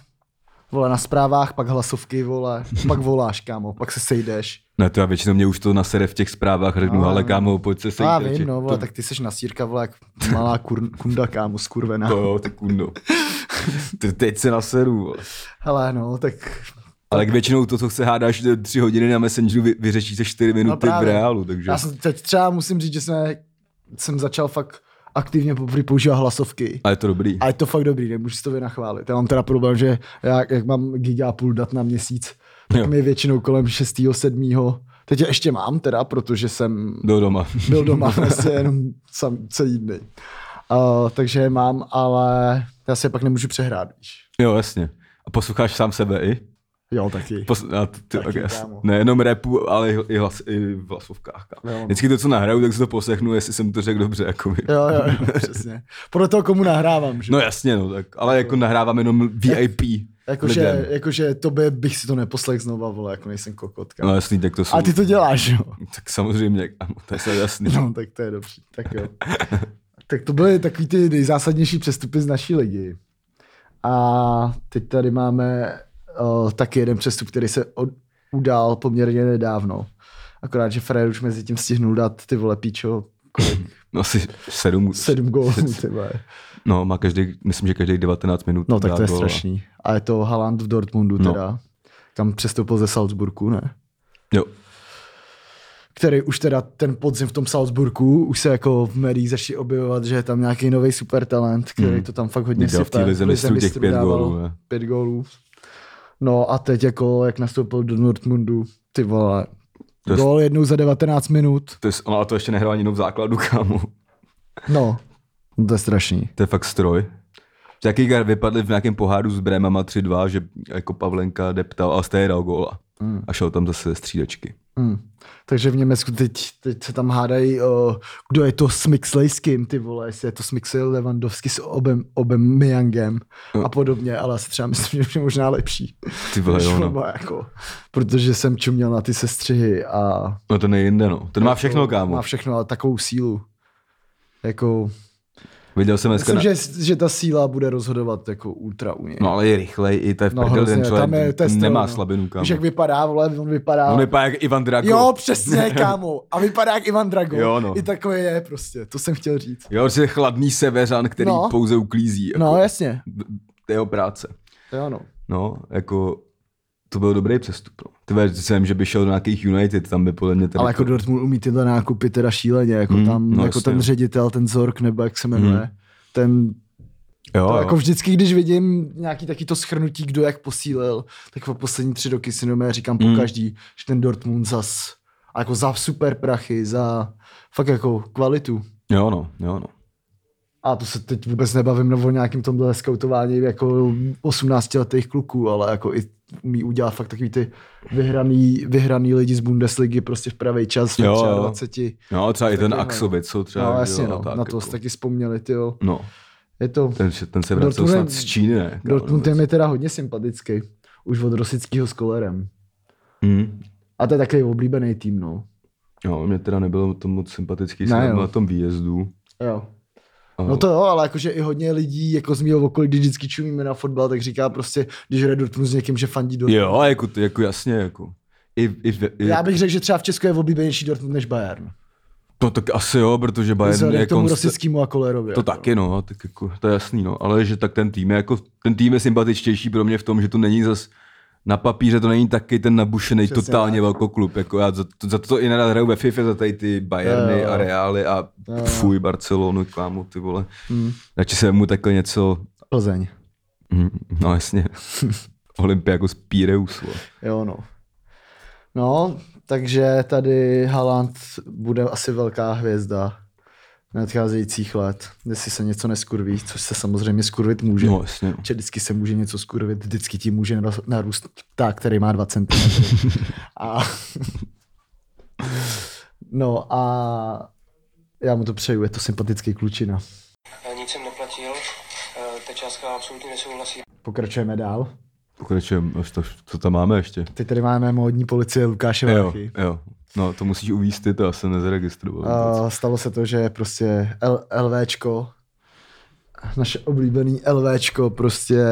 S2: vole, na zprávách, pak hlasovky, vole, pak voláš, kámo, pak se sejdeš.
S1: Ne, to já většinou mě už to nasere v těch zprávách, řeknu,
S2: No,
S1: ale
S2: no.
S1: kámo, pojď se
S2: No, já
S1: sejít. radši."
S2: vím, no, vole,
S1: to,
S2: tak ty seš na sírka, vole, jak malá kur, kunda, kámo, skurvená.
S1: to jo, ty kundo. Ty- Teď se naseru, vole.
S2: Hele, no, tak
S1: Ale tak většinou to, co se hádáš eh, tři hodiny na Messengeru, vy, vyřeší se čtyři minuty no v
S2: právě.
S1: reálu, takže...
S2: já jsem teď třeba musím říct, že jsme, jsem začal fakt aktivně poprvé používat hlasovky.
S1: A je to dobrý.
S2: A je to fakt dobrý, nemůžu si to vynachválit. Já mám teda problém, že já, jak mám giga a půl dat na měsíc, tak
S1: Jo.
S2: mi většinou kolem 6. 7. Teď je ještě mám teda, protože jsem
S1: Do doma.
S2: byl doma vlastně jenom sam, celý dny. Uh, takže je mám, ale já si je pak nemůžu přehrát, víš.
S1: jo, jasně. A posloucháš sám sebe i?
S2: Jo, taky.
S1: Pos- a ty,
S2: Taky,
S1: tak, jas-
S2: kámo.
S1: nejenom repu, ale i, i, hlas, i v hlasovkách. kámo.
S2: Jo. no.
S1: Vždycky to, co nahraju, tak si to poslechnu, jestli jsem to řekl dobře. Jako by.
S2: Jo, jo, jo, přesně. Podle toho, komu nahrávám, že?
S1: No jasně, no, tak, ale jako nahrávám jenom VIP
S2: Jako,
S1: lidem.
S2: Jakože, jakože tobě bych si to neposlech znova, vole, jako nejsem kokotka.
S1: No jasný, tak to jsou...
S2: A ty to děláš, jo?
S1: Tak samozřejmě, kámo, to je snad jasný.
S2: No, tak to je dobře. Tak jo. tak to byly takový ty nejzásadnější přestupy z naší ligy. A teď tady máme uh, taky jeden přestup, který se od, udál poměrně nedávno. Akorát, že Fred už mezi tím stihnul dát ty vole píčo jako
S1: No asi sedm.
S2: sedm gólů, ty vole.
S1: No, má každý, myslím, že každých 19 minut.
S2: No tak
S1: dá
S2: to je
S1: gól a-
S2: strašný. A je to Haaland v Dortmundu
S1: No.
S2: teda. Kam přestoupil ze Salzburgu, ne?
S1: Jo,
S2: který už teda ten podzim v tom Salzburgu, už se jako v médiích začali objevovat, že je tam nějaký nový super talent, který
S1: Mm.
S2: to tam fakt hodně
S1: Viděl
S2: sype.
S1: v té lize
S2: V Lize
S1: mistrů těch
S2: mistrů
S1: pět
S2: dával
S1: gólů. ne?
S2: Pět gólů. No a teď jako, jak nastoupil do Dortmundu, ty vole,
S1: To je-
S2: gól jednou za 19 minut,
S1: To je, ale a to ještě nehrál ani jenom v základu, kámo.
S2: no, no to je strašný.
S1: To je fakt stroj. Taky gar vypadli v nějakém poháru s Brémama 3-2, že jako Pavlenka deptal a stejně dal góla.
S2: Mm.
S1: A šel tam zase ze střídačky.
S2: Hmm. Takže v Německu teď, teď se tam hádají, o, kdo je to s Mixlejským, ty vole, jestli je to s Mixlej Levandovský s obem, obem Miangem a
S1: No.
S2: podobně, ale já si třeba myslím, že je možná lepší.
S1: Ty vole,
S2: než
S1: jo, no.
S2: Forma, jako, protože jsem čuměl na ty sestřihy a...
S1: no ten je jinde, no. Ten má všechno, kámo.
S2: Má všechno, ale takovou sílu. Jako,
S1: Viděl jsem dneska
S2: myslím,
S1: Jako na...
S2: že, že ta síla bude rozhodovat jako ultra u něj.
S1: No ale je rychlej, i to je v
S2: No,
S1: prdeli, ten
S2: hrozně, tam je
S1: člověk
S2: to je styl,
S1: nemá
S2: no.
S1: slabinu, kámo.
S2: Víš, jak vypadá, vole, on vypadá...
S1: On vypadá jak Ivan Drago.
S2: Jo, přesně, kámo. A vypadá jak Ivan Drago.
S1: Jo, no.
S2: I takový je prostě, to jsem chtěl říct.
S1: Jo, že je chladný severan, který
S2: No.
S1: pouze uklízí. Jako,
S2: No, jasně.
S1: To je jeho práce.
S2: Jo, no.
S1: No, jako to byl dobrý přestup. No. Ty vole, teď jsem, že by šel do nějakých United, tam by podle mě tady...
S2: Ale jako Dortmund umí tyhle nákupy teda šíleně, jako
S1: Hmm,
S2: tam,
S1: no jasně,
S2: jako
S1: Hmm.
S2: ten
S1: no.
S2: ředitel, ten Zork, nebo jak se jmenuje, ten
S1: jo,
S2: To
S1: jo.
S2: jako vždycky, když vidím nějaký taky to schrnutí, kdo jak posílil, tak po poslední tři roky si jenom říkám po
S1: Mm.
S2: každý, že ten Dortmund zas, a jako za super prachy, za fakt jako kvalitu.
S1: jo, no, jo, no.
S2: A to se teď vůbec nebavím nebo o nějakém tomhle skautování jako 18 letých kluků, ale jako i umí udělat fakt takový ty vyhraný, vyhraný lidi z Bundesligy prostě v pravý čas,
S1: Jo, jo.
S2: v 23.
S1: No, třeba i ten
S2: Taky, no.
S1: Axovic, co třeba...
S2: No jasně,
S1: jo,
S2: no,
S1: tak
S2: na to
S1: jako.
S2: jste taky vzpomněli, ty jo.
S1: No,
S2: Je to...
S1: ten, ten se vracel
S2: Dortmund-
S1: snad z Číny, ne? kámo,
S2: Dortmund je
S1: nebo
S2: mi teda hodně sympatický. Už od Rosického s Kolerem.
S1: něco. Mm.
S2: A to je takový oblíbený tým, no.
S1: Jo, mě teda nebylo to moc sympatický,
S2: Ne,
S1: jsem
S2: jo.
S1: byl na tom výjezdu.
S2: Jo.
S1: A-
S2: No to jo, ale jakože i hodně lidí jako z mého okolí, když vždycky čumíme na fotbal, tak říká prostě, když hraje Dortmund s někým, že fandí Dortmund.
S1: Jo, jako, to- jako jasně, jako. I, i, i,
S2: Já bych řekl, že třeba v Česku je oblíbenější Dortmund než Bayern.
S1: No tak asi jo, protože Bayern
S2: Vzhledem
S1: je
S2: k tomu
S1: konst-
S2: Rosickému a Kolerovi.
S1: To
S2: jako.
S1: taky, no, tak jako, to je jasný, no, ale že tak ten tým je jako, ten tým je sympatičtější pro mě v tom, že to není zas na papíře to není taky ten nabušený
S2: Přesně
S1: totálně
S2: tak.
S1: velký klub. Jako já za, to, za to i nerad hraju ve FIFA, za tady ty Bayerny
S2: Jo, jo.
S1: a Reály a
S2: Jo.
S1: fuj Barcelonu, klámu ty vole.
S2: Hm.
S1: Radši se mu takhle něco,
S2: Plzeň.
S1: hm, no jasně, Olympiakos Pireus. vole.
S2: Jo, no. No, takže tady Haaland bude asi velká hvězda nadcházejících let, jestli se něco neskurví, což se samozřejmě skurvit může.
S1: No jasně,
S2: že vždycky se může něco skurvit, vždycky ti může naros- narůst pták, který má 2 cm. A... No a já mu to přeju, je to sympatický klučina.
S4: Nic jsem neplatil, eh, ta částka absolutně nesouhlasí.
S2: Pokračujeme dál.
S1: pokračujeme, až to, co tam máme ještě?
S2: Teď tady máme módní policie Lukáše
S1: Jo,
S2: Váchy.
S1: jo. No, to musíš uvíst ty, to já jsem nezaregistroval.
S2: A Stalo se to, že prostě L- LVčko, naše oblíbený LVčko prostě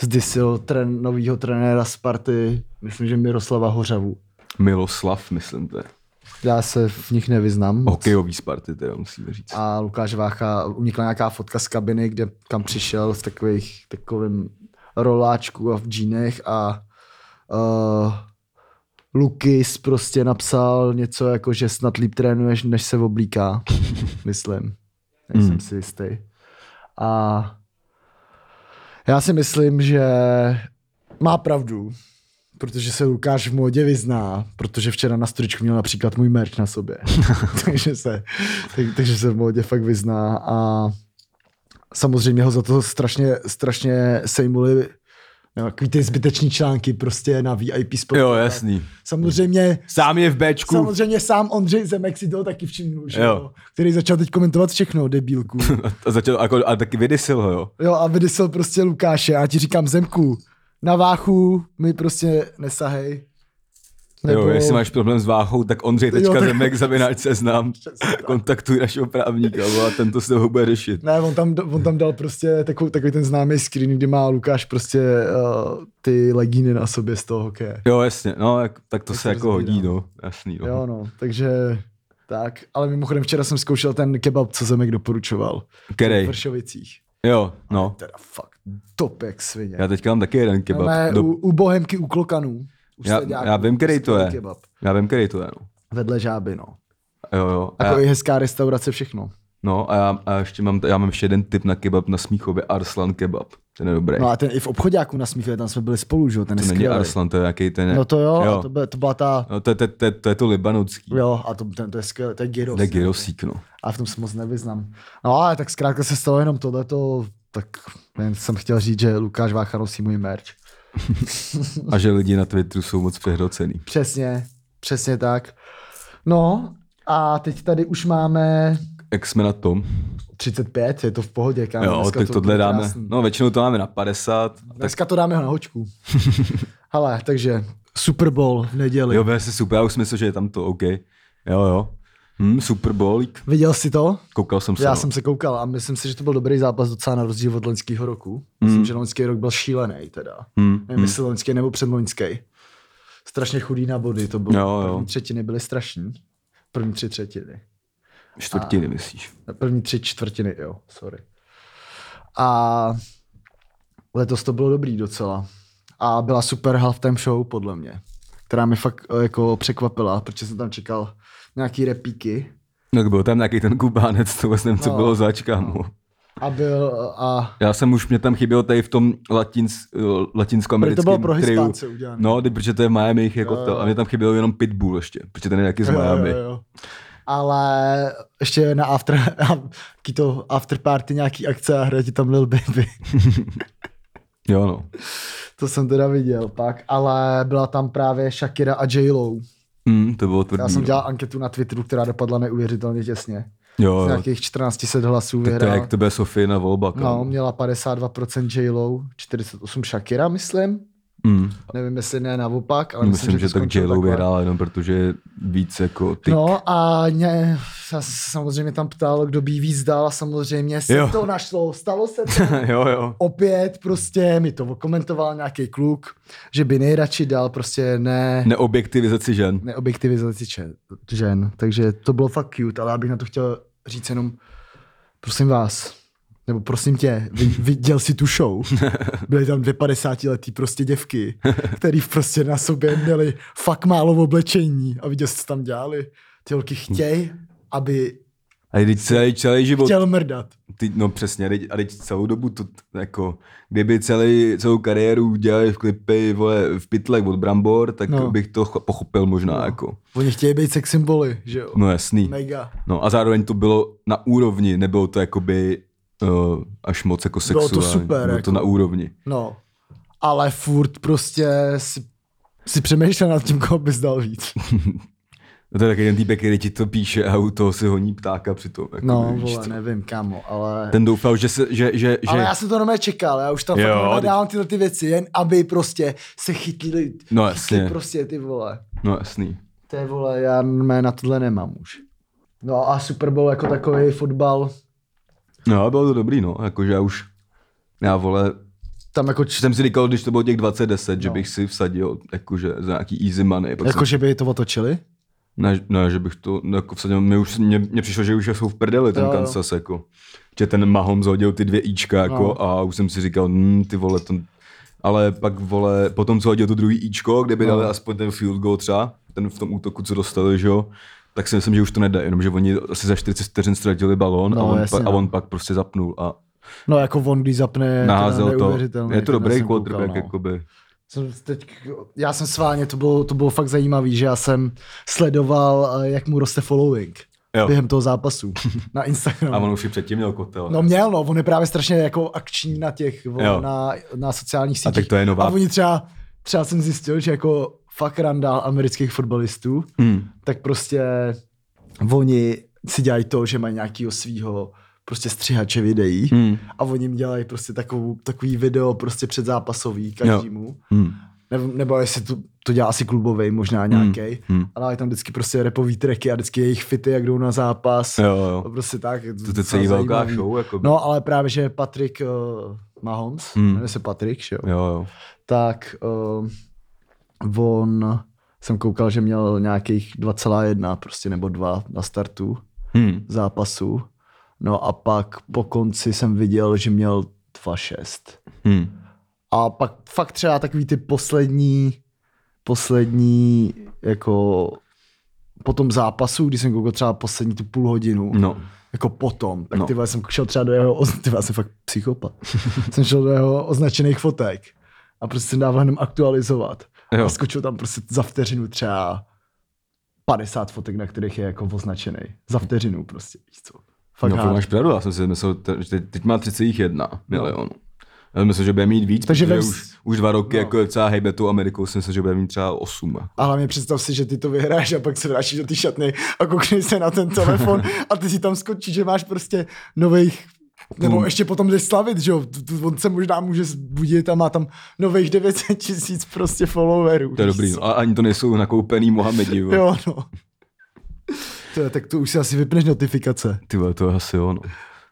S2: zdisil tren, novýho trenéra Sparty, myslím, že Miroslava Hořavu.
S1: Miloslav, myslím to je.
S2: Já se v nich nevyznám. moc.
S1: Hokejový Sparty teda musíme říct.
S2: a Lukáš Vácha unikla nějaká fotka z kabiny, kde kam přišel v takových, takovým roláčku a v džínech a uh, Lukis prostě napsal něco jako, že snad líp trénuješ, než se oblíká, myslím. Nejsem
S1: Hmm.
S2: si jistý. A já si myslím, že má pravdu, protože se Lukáš v módě vyzná, protože včera na stričku měl například můj merch na sobě. takže, se, tak, takže se v módě fakt vyzná a samozřejmě ho za to strašně, strašně sejmuli no, takový ty zbyteční články prostě na VIP sport.
S1: Jo, jasný.
S2: Samozřejmě
S1: Sám je v Bčku.
S2: Samozřejmě sám Ondřej Zemek si toho taky všimnul, že
S1: Jo.
S2: jo? který začal teď komentovat všechno, debílku.
S1: A, začal, jako, a taky vydysil ho, jo.
S2: Jo, a vydysil prostě Lukáše. A ti říkám, Zemku, na váchu mi prostě nesahej.
S1: Nebo... Jo, jestli máš problém s váhou, tak Ondřej
S2: Jo,
S1: tečka
S2: tak-
S1: Zemek zavináč seznam. Kontaktuj našeho právníka vole, a ten to s tebou bude řešit.
S2: Ne, on tam, on tam dal prostě takový, takový ten známý screen, kdy má Lukáš prostě uh, ty legíny na sobě z toho hokeje.
S1: Jo, jasně, no, jak, tak to
S2: Tak
S1: se
S2: se
S1: jako hodí,
S2: rozbírá.
S1: no, jasný, no.
S2: Jo, no, takže tak. Ale mimochodem včera jsem zkoušel ten kebab, co Zemek doporučoval. V
S1: Kerej,
S2: Vršovicích.
S1: jo, no.
S2: Teda fakt topek svině.
S1: Já teďka mám taky jeden kebab. No,
S2: Kebab.
S1: Do,
S2: u, u Bohemky, u Klokanů. U
S1: Já-
S2: Sleďáků,
S1: já vím, který to
S2: skvělý
S1: je.
S2: prostě Kebab.
S1: já vím, který to je, no.
S2: Vedle žáby, no.
S1: Jo, jo. A
S2: Jako
S1: já,
S2: i hezká restaurace, všechno.
S1: no a já, a ještě mám, já mám ještě jeden tip na kebab na Smíchově, Arslan kebab. Ten je dobrý.
S2: No a ten i v obchodáku na Smíchově, tam jsme byli spolu, že jo, ten je
S1: to není
S2: skvělý.
S1: Arslan, to je nějaký ten...
S2: No to jo,
S1: jo.
S2: jo. To, byla, to byla ta,
S1: No, to, je- to, je- to, je- to, je to libanonský.
S2: jo, a to, ten, to je skvělý, to je gyros.
S1: To je gyrosík, no.
S2: A v tom se moc nevyznám. No ale tak zkrátka se stalo jenom tohleto, tak jen jsem chtěl říct, že Lukáš Vácha nosí můj merch.
S1: A že lidi na Twitteru jsou moc přehrocený.
S2: Přesně, přesně tak. No a teď tady už máme
S1: Jak jsme na tom?
S2: 35, je to v pohodě, kámo.
S1: jo,
S2: dneska
S1: tak
S2: to
S1: tohle
S2: bude
S1: dáme.
S2: krásný.
S1: No, většinou to máme na 50. A tak,
S2: Dneska to dáme na hočku. Hele, takže Super Bowl v neděli.
S1: jo, bude se super, já už smysl, že je tam to, OK. Jo, jo. Hm, super bolík.
S2: Viděl jsi to?
S1: Koukal jsem se.
S2: Já
S1: no.
S2: jsem se koukal a myslím si, že to byl dobrý zápas docela na rozdíl od loňského roku. Myslím,
S1: Hmm.
S2: že loňský rok byl šílený teda.
S1: Hm,
S2: Nevím, jestli loňský nebo předloňský. Strašně chudý na body to bylo.
S1: Jo, jo.
S2: První třetiny byly strašní. První tři třetiny.
S1: čtvrtiny, myslíš.
S2: První tři čtvrtiny, jo, sorry. A letos to bylo dobrý docela. a byla super halftime show, podle mě, která mi fakt eh, jako překvapila, protože jsem tam čekal nějaký repíky
S1: No, byl tam nějaký ten kubánec, to vůbec nevím, co
S2: No.
S1: bylo zač, kámo.
S2: a byl a
S1: Já jsem už, mě tam chybělo tady v tom latinc, latinskoamerickém
S2: to bylo pro
S1: triu.
S2: Hispánce udělané.
S1: No, ty- protože to je v Miami, jich jako
S2: Jo,
S1: to,
S2: jo.
S1: a mě tam chyběl jenom Pitbull ještě, protože ten je nějaký z
S2: Jo, jo,
S1: Miami.
S2: jo, jo. Ale ještě na after, taky to after party nějaký akce a hraje ti tam Lil Baby.
S1: Jo, no.
S2: To jsem teda viděl pak, ale byla tam právě Shakira a J-Lo.
S1: Mm, to bylo tvrdý.
S2: Já jsem
S1: no.
S2: dělal anketu na Twitteru, která dopadla neuvěřitelně těsně. Z
S1: jo, jo.
S2: nějakých 1400 hlasů
S1: Tak to je
S2: vyhrál.
S1: jak tebe Sofie na volba, kámo.
S2: No, měla 52% J-Lo, 48% Shakira, myslím.
S1: mm.
S2: Nevím, jestli ne naopak, ale
S1: No, Myslím,
S2: myslím,
S1: že
S2: to
S1: tak
S2: skončilo
S1: J-Lo
S2: takhle.
S1: vyhrála jenom protože je víc jako ty.
S2: No a mě, já se samozřejmě tam ptal, kdo by jí víc dal a samozřejmě se
S1: Jo.
S2: jo. to našlo, stalo se to.
S1: jo, jo.
S2: Opět prostě mi to komentoval nějaký kluk, že by nejradši dal prostě ne, ne.
S1: Neobjektivizaci žen.
S2: neobjektivizaci čen, žen. Takže to bylo fakt cute, ale já bych na to chtěl říct jenom prosím vás, nebo prosím tě, vi- viděl jsi tu show. Byly tam dvě 50 letý prostě děvky, který prostě na sobě měli fakt málo oblečení a viděl jsi, co tam dělali. Ty holky chtěj, aby
S1: A teď celý, celý život,
S2: chtěl mrdat.
S1: ty, no přesně, a teď- a teď celou dobu to t- jako, kdyby celý, celou kariéru dělali v klipy, vole, v pytlech od Brambor, tak no.
S2: No.
S1: bych to ch- pochopil možná, no. jako.
S2: Oni chtějí být sex symboly, že jo?
S1: No jasný.
S2: Mega.
S1: No a zároveň to bylo na úrovni, nebylo to jakoby uh, až moc jako
S2: Bylo to
S1: sexuální.
S2: super,
S1: Bylo to
S2: jako.
S1: na úrovni.
S2: No. Ale furt prostě si, si přemýšlel nad tím, koho bys dal víc.
S1: No to je taky ten týpek, který ti to píše a u toho si honí ptáka přitom. Jako,
S2: No,
S1: víš
S2: vole,
S1: co.
S2: nevím, kámo, ale...
S1: Ten doufal, že se, že, že, že...
S2: Ale já jsem to normálně čekal, já už tam
S1: Jo,
S2: jo, fakt
S1: ty-
S2: dávám tyhle ty věci, jen aby prostě se chytili,
S1: No, jasně.
S2: chytli prostě ty vole.
S1: No jasný.
S2: To je vole, já normálně na tohle nemám už. No a Super Bowl jako takový fotbal,
S1: No, bylo to dobrý, no, jakože já už, já vole,
S2: tam jako,
S1: že
S2: č-
S1: jsem si říkal, když to bylo těch 20-10, že
S2: No.
S1: bych si vsadil jakože za nějaký easy money. Pak
S2: jako
S1: jsem,
S2: že by to otočili?
S1: ne, ne, že bych to no, jako vsadil, mě už, mě, mě přišlo, že už jsou v prdeli ten
S2: Jo, jo.
S1: Kansas, jako. Že ten Mahom zhodil ty dvě ička, jako,
S2: No.
S1: a už jsem si říkal, hm, ty vole, to... Ale pak, vole, potom co hodil to druhý ičko, kde by dali
S2: No.
S1: aspoň ten field goal třeba, ten v tom útoku, co dostali, že jo, tak si myslím, že už to nedá, jenomže oni asi za 40 vteřin ztratili balón a,
S2: No,
S1: on
S2: jasně,
S1: pa, a
S2: no.
S1: on pak prostě zapnul a
S2: No jako on, když zapne,
S1: naházel to.
S2: neuvěřitelný,
S1: Je to
S2: ten
S1: dobrý
S2: jako jsem koukal, no.
S1: quarterback, jako- jakoby.
S2: Jsem teď, já jsem s vámi, to bylo, to bylo fakt zajímavý, že já jsem sledoval, eh, jak mu roste following
S1: Jo.
S2: jo. během toho zápasu na Instagramu.
S1: A on už i předtím měl kotel.
S2: No měl, no, on je právě strašně jako akční na těch, vole,
S1: Jo.
S2: na, na sociálních sítích.
S1: tak to je nová-
S2: A oni třeba, třeba jsem zjistil, že jako fakt randál amerických fotbalistů,
S1: Hmm.
S2: tak prostě oni si dělají to, že mají nějakýho svýho prostě střihače videí
S1: Hmm.
S2: a oni jim dělají prostě takovou, takový video prostě předzápasový každému.
S1: Hmm.
S2: Nebo, nebo jestli to, to dělá asi klubový, možná nějaký.
S1: hmm.
S2: Ale mají tam vždycky prostě repový tracky a vždycky jejich fity, jak jdou na zápas.
S1: Jo, jo.
S2: A prostě tak. je
S1: No. To je
S2: docela
S1: celý velká
S2: zajímavý.
S1: show, jako.
S2: No, ale právě, že Patrick uh, Mahomes,
S1: Hmm.
S2: hmm. jmenuje se Patrick, že jo?
S1: Jo, jo.
S2: tak uh, on, jsem koukal, že měl nějakých 2,1 prostě nebo 2 na startu
S1: Hmm.
S2: zápasu. No a pak po konci jsem viděl, že měl 2,6.
S1: Hmm.
S2: A pak fakt třeba takový ty poslední, poslední jako po tom zápasu, když jsem koukal třeba poslední tu půl hodinu,
S1: No.
S2: jako potom, tak
S1: No.
S2: no. ty vole, jsem šel třeba do jeho, oz... ty vole, jsem fakt psychopat, jsem šel do jeho označených fotek a prostě jsem dával jenom aktualizovat.
S1: Jo.
S2: A skočil tam prostě za vteřinu třeba 50 fotek, na kterých je jako označený. Za vteřinu prostě, víš co. Fakt
S1: no,
S2: no,
S1: fakt máš pravdu, já jsem si myslel, te- že teď, teď má 31 milionů. Já jsem myslel, že bude mít víc, Takže
S2: Takže
S1: protože
S2: vem s-
S1: už, už dva roky
S2: no.
S1: jako je celá hejbe tou Amerikou, jsem myslel, že bude mít třeba 8.
S2: A hlavně představ si, že ty to vyhráš a pak se vrátíš do té šatny a koukneš se na ten telefon a ty si tam skočí, že máš prostě nových nebo ještě potom jdeš slavit, že jo? Tu- tu- On se možná může zbudit a má tam nových 900 tisíc prostě followerů.
S1: To je
S2: víš
S1: dobrý,
S2: co?
S1: no. a ani to nejsou nakoupený Mohamedi, jo.
S2: Jo, no. To je, tak to už si asi vypneš notifikace.
S1: Ty vole, to je asi jo, no.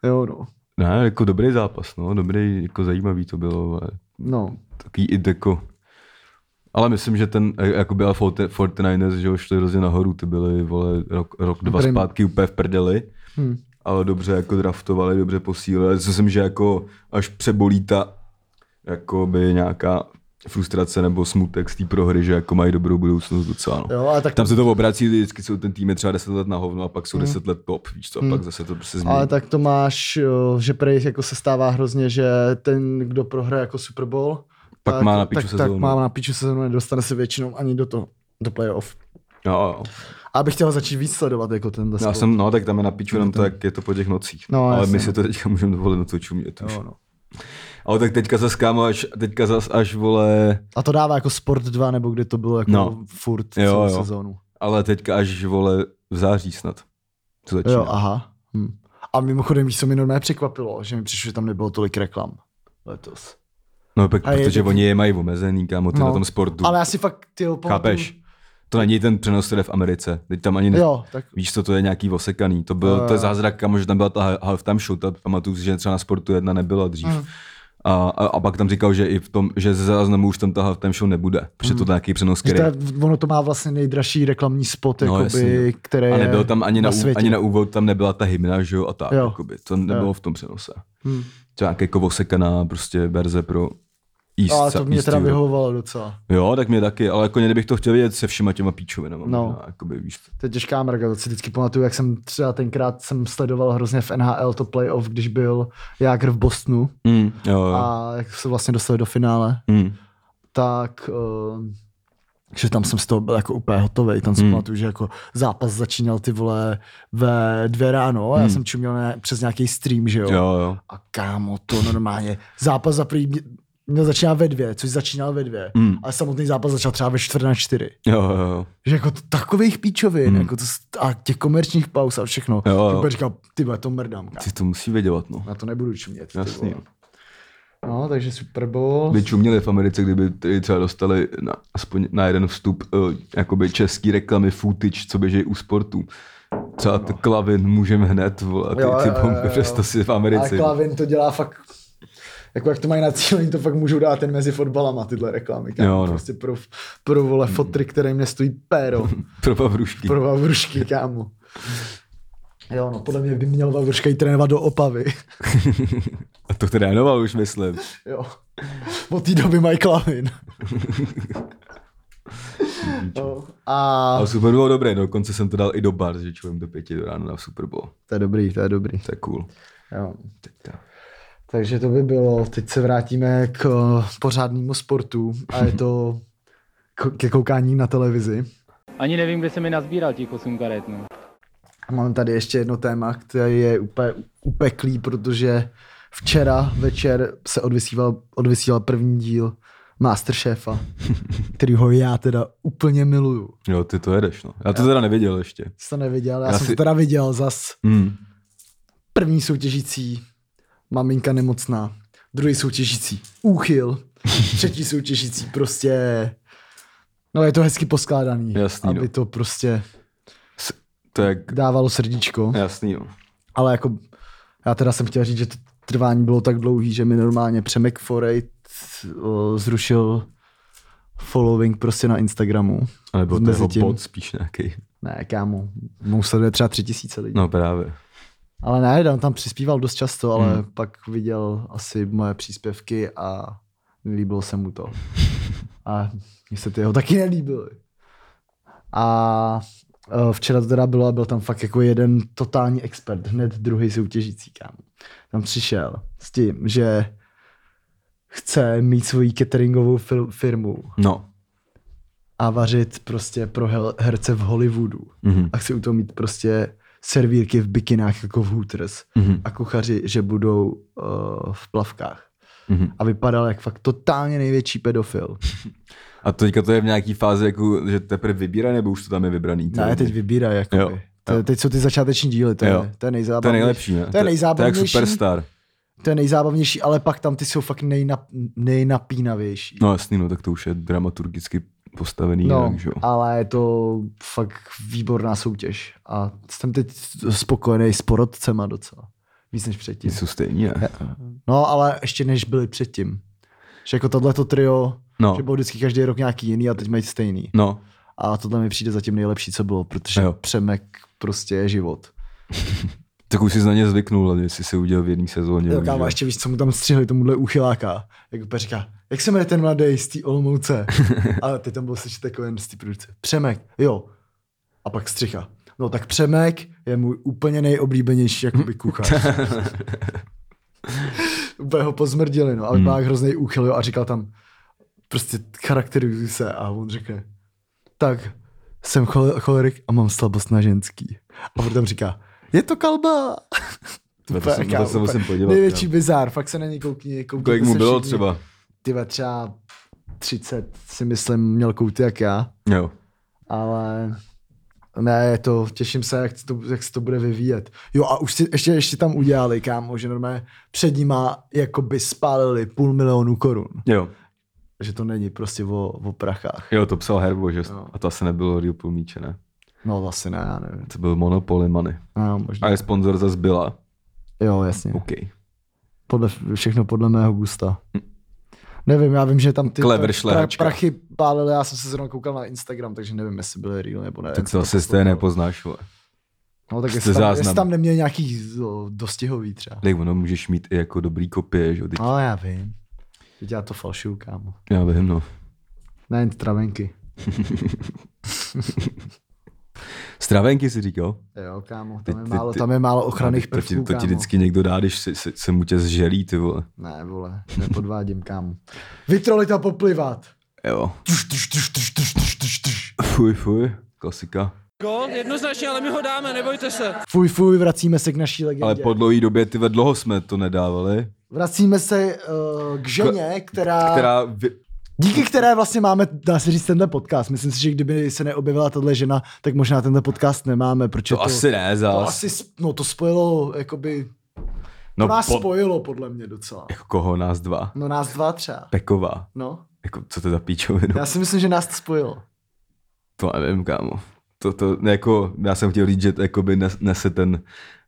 S2: Jo, no.
S1: Ne, jako dobrý zápas, no, dobrý, jako zajímavý to bylo, ale
S2: No,
S1: takový i deko. Ale myslím, že ten, eh, jako byla 49ers, že jo, šli hrozně nahoru, ty byly, vole, rok, rok dva
S2: Prim-
S1: zpátky úplně v prdeli. Hmm. Ale dobře jako draftovali, dobře posílili. Myslím, že jako až přebolí ta, jakoby nějaká frustrace nebo smutek z té prohry, že jako mají dobrou budoucnost docela. No.
S2: Jo, ale tak- Hmm.
S1: Tam se to obrací, vždycky jsou ten tým je třeba 10 let na hovno a pak jsou 10 let top, víš co, a pak zase to prostě změní.
S2: Ale tak to máš, jo, že prej jako se stává hrozně, že ten, kdo prohraje jako Super Bowl,
S1: Pak
S2: tak,
S1: má na piču
S2: tak,
S1: sezónu.
S2: Tak má na piču sezónu, nedostane se většinou ani do toho, do playoff.
S1: No, Jo, jo.
S2: A abych chtěl začít víc sledovat jako tenhle
S1: Já
S2: sport.
S1: jsem, no tak tam je na piču, jenom tak je to po těch nocích.
S2: No,
S1: ale
S2: jasně,
S1: my
S2: no.
S1: si to teďka můžeme dovolit, no to čumět už.
S2: Jo, no.
S1: Ale tak teďka zas kámo, až, teďka zas až vole,
S2: A to dává jako Sport 2, nebo kde to bylo jako
S1: No.
S2: no. furt
S1: Jo,
S2: jo, celou
S1: jo.
S2: jo. sezónu.
S1: ale teďka až vole v září snad. To začíná.
S2: Jo, aha. Hm. A mimochodem, víš, co mi normálně překvapilo, že mi přišlo, že tam nebylo tolik reklam letos.
S1: No, pak,
S2: A je
S1: protože
S2: to-
S1: oni je mají omezený, kámo, ty no, na tom sportu.
S2: Ale já si fakt, ty jo, pamatuju-
S1: Chápeš? To není ten přenos, který je v Americe. Teď tam ani ne...
S2: Jo, Eh. tak
S1: Víš co, to je nějaký osekaný. To byl,
S2: Jo,
S1: to je
S2: jo.
S1: zázrak, kámo, že tam byla ta ha- halftime show. Ta, pamatuju si, že třeba na sportu jedna nebyla dřív.
S2: Mm.
S1: A, a, a, pak tam říkal, že i v tom, že ze záznamu už tam ta halftime show nebude. Protože to je nějaký přenos,
S2: Mm. Že
S1: který...
S2: to je, ono to má vlastně nejdražší reklamní spot,
S1: No,
S2: no, jakoby,
S1: jasně.
S2: jasný. které
S1: A nebyl tam ani na,
S2: na
S1: ú-
S2: světě.
S1: ani na úvod, tam nebyla ta hymna, že jo, a tak,
S2: Jo.
S1: jakoby. To nebylo
S2: Jo.
S1: v tom přenose.
S2: Hm.
S1: To je nějaké jako osekaná prostě verze pro East,
S2: A No, to mě
S1: East
S2: teda
S1: Europe.
S2: vyhovovalo docela.
S1: Jo, tak mě taky, ale jako někdy bych to chtěl vidět se všema těma píčovinama.
S2: No.
S1: možná, Jakoby, víš,
S2: To je těžká mrka, to si vždycky pamatuju, jak jsem třeba tenkrát jsem sledoval hrozně v NHL to playoff, když byl Jágr v Bostonu
S1: mm, jo, jo. A...
S2: a jak se vlastně dostali do finále,
S1: Mm.
S2: tak eh, že tam jsem z toho byl jako úplně hotový. Tam si
S1: Hmm.
S2: pamatuju, že jako zápas začínal ty vole ve dvě ráno a já jsem čuměl na, přes nějaký stream, že
S1: Hmm. jo, jo.
S2: A kámo, to normálně. Zápas za prý mě- měl začíná ve dvě, což začínal ve dvě.
S1: Mm.
S2: Mm. A samotný zápas začal třeba ve čtvrt na čtyři.
S1: Jo, jo, jo.
S2: Že jako to, takových píčovin, mm. jako to, s- a těch komerčních pauz a všechno.
S1: Hmm. Jo, jo.
S2: Jo, jo. říkal, ty vole, to mrdám, kámo.
S1: Ty to musí vědět, no.
S2: Na to nebudu čumět. ty
S1: Jasný.
S2: vole. No, takže Super Bowl.
S1: By čuměli v Americe, kdyby tady třeba dostali na, aspoň na jeden vstup uh, jakoby český reklamy footage, co běží u sportu. Třeba no. klavin můžeme hned, vole, ty,
S2: Jo,
S1: ty
S2: jo, jo,
S1: bomby,
S2: jo.
S1: přesto si v
S2: A
S1: Americe.
S2: Klavin to dělá fakt jako jak to mají na cíl, oni to fakt můžou dát ten mezi fotbalama, tyhle reklamy. Kámo.
S1: Jo, no.
S2: Prostě pro, pro vole fotry, které jim nestojí péro.
S1: Pro pavrušky.
S2: Pro Vavrušky, kámo. Jo, no, podle mě by měl Vavruška jít trénovat do Opavy.
S1: A to trénoval už, myslím.
S2: Jo. Od té doby mají klavin. Jo. A
S1: Ale Super Bowl dobrý, no, dokonce jsem to dal i do bar, že čumím do pěti do rána na Super Bowl.
S2: to je dobrý, to je dobrý.
S1: To je cool.
S2: Jo.
S1: Teďka.
S2: Takže to by bylo. Teď se vrátíme k eh, pořádnému sportu a je to k- ke koukání na televizi.
S5: Ani nevím, kde se mi nazbíral těch 8 karet. No.
S2: A Mám tady ještě jedno téma, které je úplně upeklý, protože včera večer se odvysílal, odvysílal první díl Masterchefa, kterýho já teda úplně miluju.
S1: Jo, ty to jedeš, no. Já to teda nevěděl ještě.
S2: Jsi to neviděl, já,
S1: Já
S2: já jsem
S1: si-
S2: to teda viděl zas.
S1: Hmm.
S2: První soutěžící, maminka nemocná. Druhý soutěžící, úchyl. Třetí soutěžící, prostě... No je to hezky poskládaný,
S1: Jasný,
S2: aby
S1: no.
S2: to prostě
S1: To je
S2: dávalo srdíčko.
S1: jasný, jo.
S2: Ale jako, já teda jsem chtěl říct, že to trvání bylo tak dlouhý, že mi normálně Přemek Forej o, zrušil following prostě na Instagramu.
S1: A nebo to
S2: Mezi
S1: jeho
S2: tím.
S1: bod spíš nějaký.
S2: Ne, kámo, mu sleduje třeba tři tisíce lidí. No.
S1: No právě.
S2: Ale ne, on tam přispíval dost často, ale hmm. pak viděl asi moje příspěvky a nelíbilo se mu to. A mně se ty jeho taky nelíbily. A eh, včera to teda bylo a byl tam fakt jako jeden totální expert, hned druhý soutěžící kámo. Tam přišel s tím, že chce mít svoji cateringovou fil- firmu
S1: No.
S2: a vařit prostě pro hel- herce v Hollywoodu.
S1: Mhm.
S2: A chce u toho mít prostě servírky v bikinách jako v Hooters
S1: Mhm.
S2: a kuchaři, že budou uh, v plavkách.
S1: Mhm.
S2: A vypadal jak fakt totálně největší pedofil.
S1: A to teďka to je v nějaký fázi, jako, že teprve vybírá, nebo už to tam je vybraný?
S2: Ne, teď vybírá jako.
S1: Jo, jo.
S2: To, teď jsou ty začáteční díly, to
S1: Jo.
S2: je, to je
S1: To je
S2: nejzábavnější.
S1: nejlepší, ne?
S2: To je
S1: To je jak
S2: nejzábavnější,
S1: superstar.
S2: to je nejzábavnější, ale pak tam ty jsou fakt nejnap, nejnapínavější.
S1: No jasný, no tak to už je dramaturgicky postavený, no.
S2: No,
S1: jinak, že jo.
S2: ale je to fakt výborná soutěž a jsem teď spokojený s porodcema docela. Víc než předtím.
S1: Ty jsou stejní, ne?
S2: No, ale ještě než byli předtím. Že jako tohleto trio,
S1: No.
S2: no. že bylo vždycky každý rok nějaký jiný a teď mají stejný.
S1: No,
S2: A tohle mi přijde zatím nejlepší, co bylo, protože
S1: Jo.
S2: jo. Přemek prostě je život.
S1: tak už jsi na ně zvyknul, ale jestli si udělal v jedné sezóně.
S2: Jo,
S1: víš,
S2: kámo,
S1: že?
S2: ještě víš, co mu tam střihli, tomuhle úchyláka. Jak úplně říká, Jak se jmenuje ten mladý z té Olomouce? Ale teď tam byl slyšet takový jen z té produkce. Přemek, jo. A pak střicha. No tak Přemek je můj úplně nejoblíbenější jakoby kuchař. úplně ho pozmrdili, no. Ale má hrozný úchyl, jo. A říkal tam, prostě charakterizuj se. A on řekne, tak jsem chol- cholerik a mám slabost na ženský. A on tam říká, je to kalba.
S1: Na to, jsem, na to se musím
S2: Kámo, úplně
S1: podívat.
S2: Největší
S1: kámo.
S2: bizár, fakt se na něj koukni. jako koukněte
S1: Kolik mu
S2: se
S1: bylo
S2: všichni.
S1: třeba?
S2: Ty ve, třeba 30 si myslím měl kouty jak já,
S1: Jo.
S2: ale ne, je to, těším se, jak, to, jak se to bude vyvíjet. Jo a už si, ještě, ještě tam udělali, kámo, že normálně před nima jakoby spálili půl milionu korun.
S1: Jo.
S2: Že to není prostě o, o prachách.
S1: Jo, to psal Herbo, že?
S2: No.
S1: A to asi nebylo Real Půl míče, ne?
S2: No asi ne, já nevím.
S1: To byl Monopoly Money.
S2: No, možná.
S1: A je sponzor zase byla.
S2: Jo, jasně.
S1: OK.
S2: Podle, všechno podle mého gusta. Nevím, já vím, že tam ty
S1: Clever šlehačka.
S2: prachy pálily, já jsem se zrovna koukal na Instagram, takže nevím, jestli byly real nebo ne.
S1: Tak to asi jste nepoznáš, vole.
S2: No tak
S1: jste
S2: jestli tam,
S1: záznam.
S2: jestli tam neměl nějaký o, dostihový třeba.
S1: Dej, ono můžeš mít i jako dobrý kopie, že? jo, Teď,
S2: No já vím. Teď já to falšuju, kámo.
S1: já vím, no.
S2: Ne, jen travenky.
S1: Stravenky si říkal?
S2: Jo, kámo, tam je
S1: Ty- ty-
S2: málo,
S1: ty-
S2: tam je málo
S1: to,
S2: ochranných
S1: ti,
S2: prvků,
S1: to ti
S2: kámo.
S1: vždycky někdo dá, když se, se, se mu tě zželí, ty vole.
S2: Ne, vole, nepodvádím, kámo. Vytrolit a poplivat.
S1: Jo. Fuj, fuj. Klasika.
S3: Gol, jednoznačně, ale my ho dáme, nebojte se.
S2: Fuj, fuj, vracíme se k naší legendě.
S1: Ale po dlouhé době, ty ve dlouho jsme to nedávali.
S2: Vracíme se uh, k ženě, která...
S1: Která vy...
S2: Díky které vlastně máme, dá se říct, tenhle podcast. Myslím si, že kdyby se neobjevila tahle žena, tak možná tenhle podcast nemáme, protože
S1: To,
S2: to...
S1: to asi ne zas.
S2: to asi, sp- no to spojilo, jakoby,
S1: no,
S2: no, nás
S1: po...
S2: spojilo podle mě docela.
S1: Jako koho nás dva?
S2: No nás dva třeba,
S1: Peková.
S2: no.
S1: Jako, co to je za píčovinu?
S2: Já si myslím, že nás to spojilo.
S1: To nevím, kámo. To, to, ne, jako, já jsem chtěl říct, že to jakoby nes- nese ten,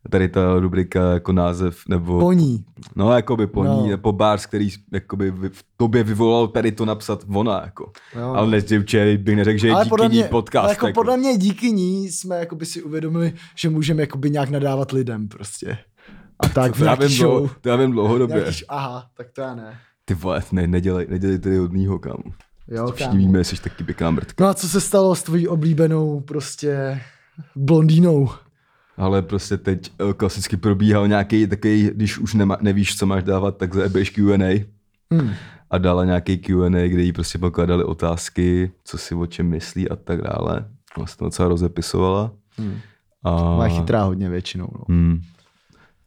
S1: tady ta rubrika jako název, nebo,
S2: Po ní.
S1: no, jakoby po
S2: No.
S1: ní, po bars, který jakoby vy- v tobě vyvolal tady to napsat ona, jako.
S2: No.
S1: Ale určitě bych neřekl, že je
S2: Ale podle
S1: díky ní
S2: mě,
S1: podcast.
S2: ale jako podle mě díky ní jsme jakoby si uvědomili, že můžeme jakoby nějak nadávat lidem prostě. A tak v
S1: to, já
S2: nějaký
S1: vím,
S2: show.
S1: dlouho, to já vím dlouhodobě.
S2: Nějaký, š- aha, tak to já ne.
S1: Ty vole, ne, nedělej, nedělej tady hodnýho, kámo.
S2: Jo,
S1: Všichni
S2: kámo.
S1: víme, jsi taky pěkná mrtka.
S2: No a co se stalo s tvojí oblíbenou prostě blondýnou?
S1: Ale prostě teď eh, klasicky probíhal nějaký takový, když už nema, nevíš, co máš dávat, tak zajebeš Q&A.
S2: Hmm.
S1: a dala nějaký Q&A, kde jí prostě pokládali otázky, co si o čem myslí a tak dále. Ona se to docela rozepisovala.
S2: Hmm.
S1: A,
S2: Má chytrá hodně většinou. No.
S1: Hmm.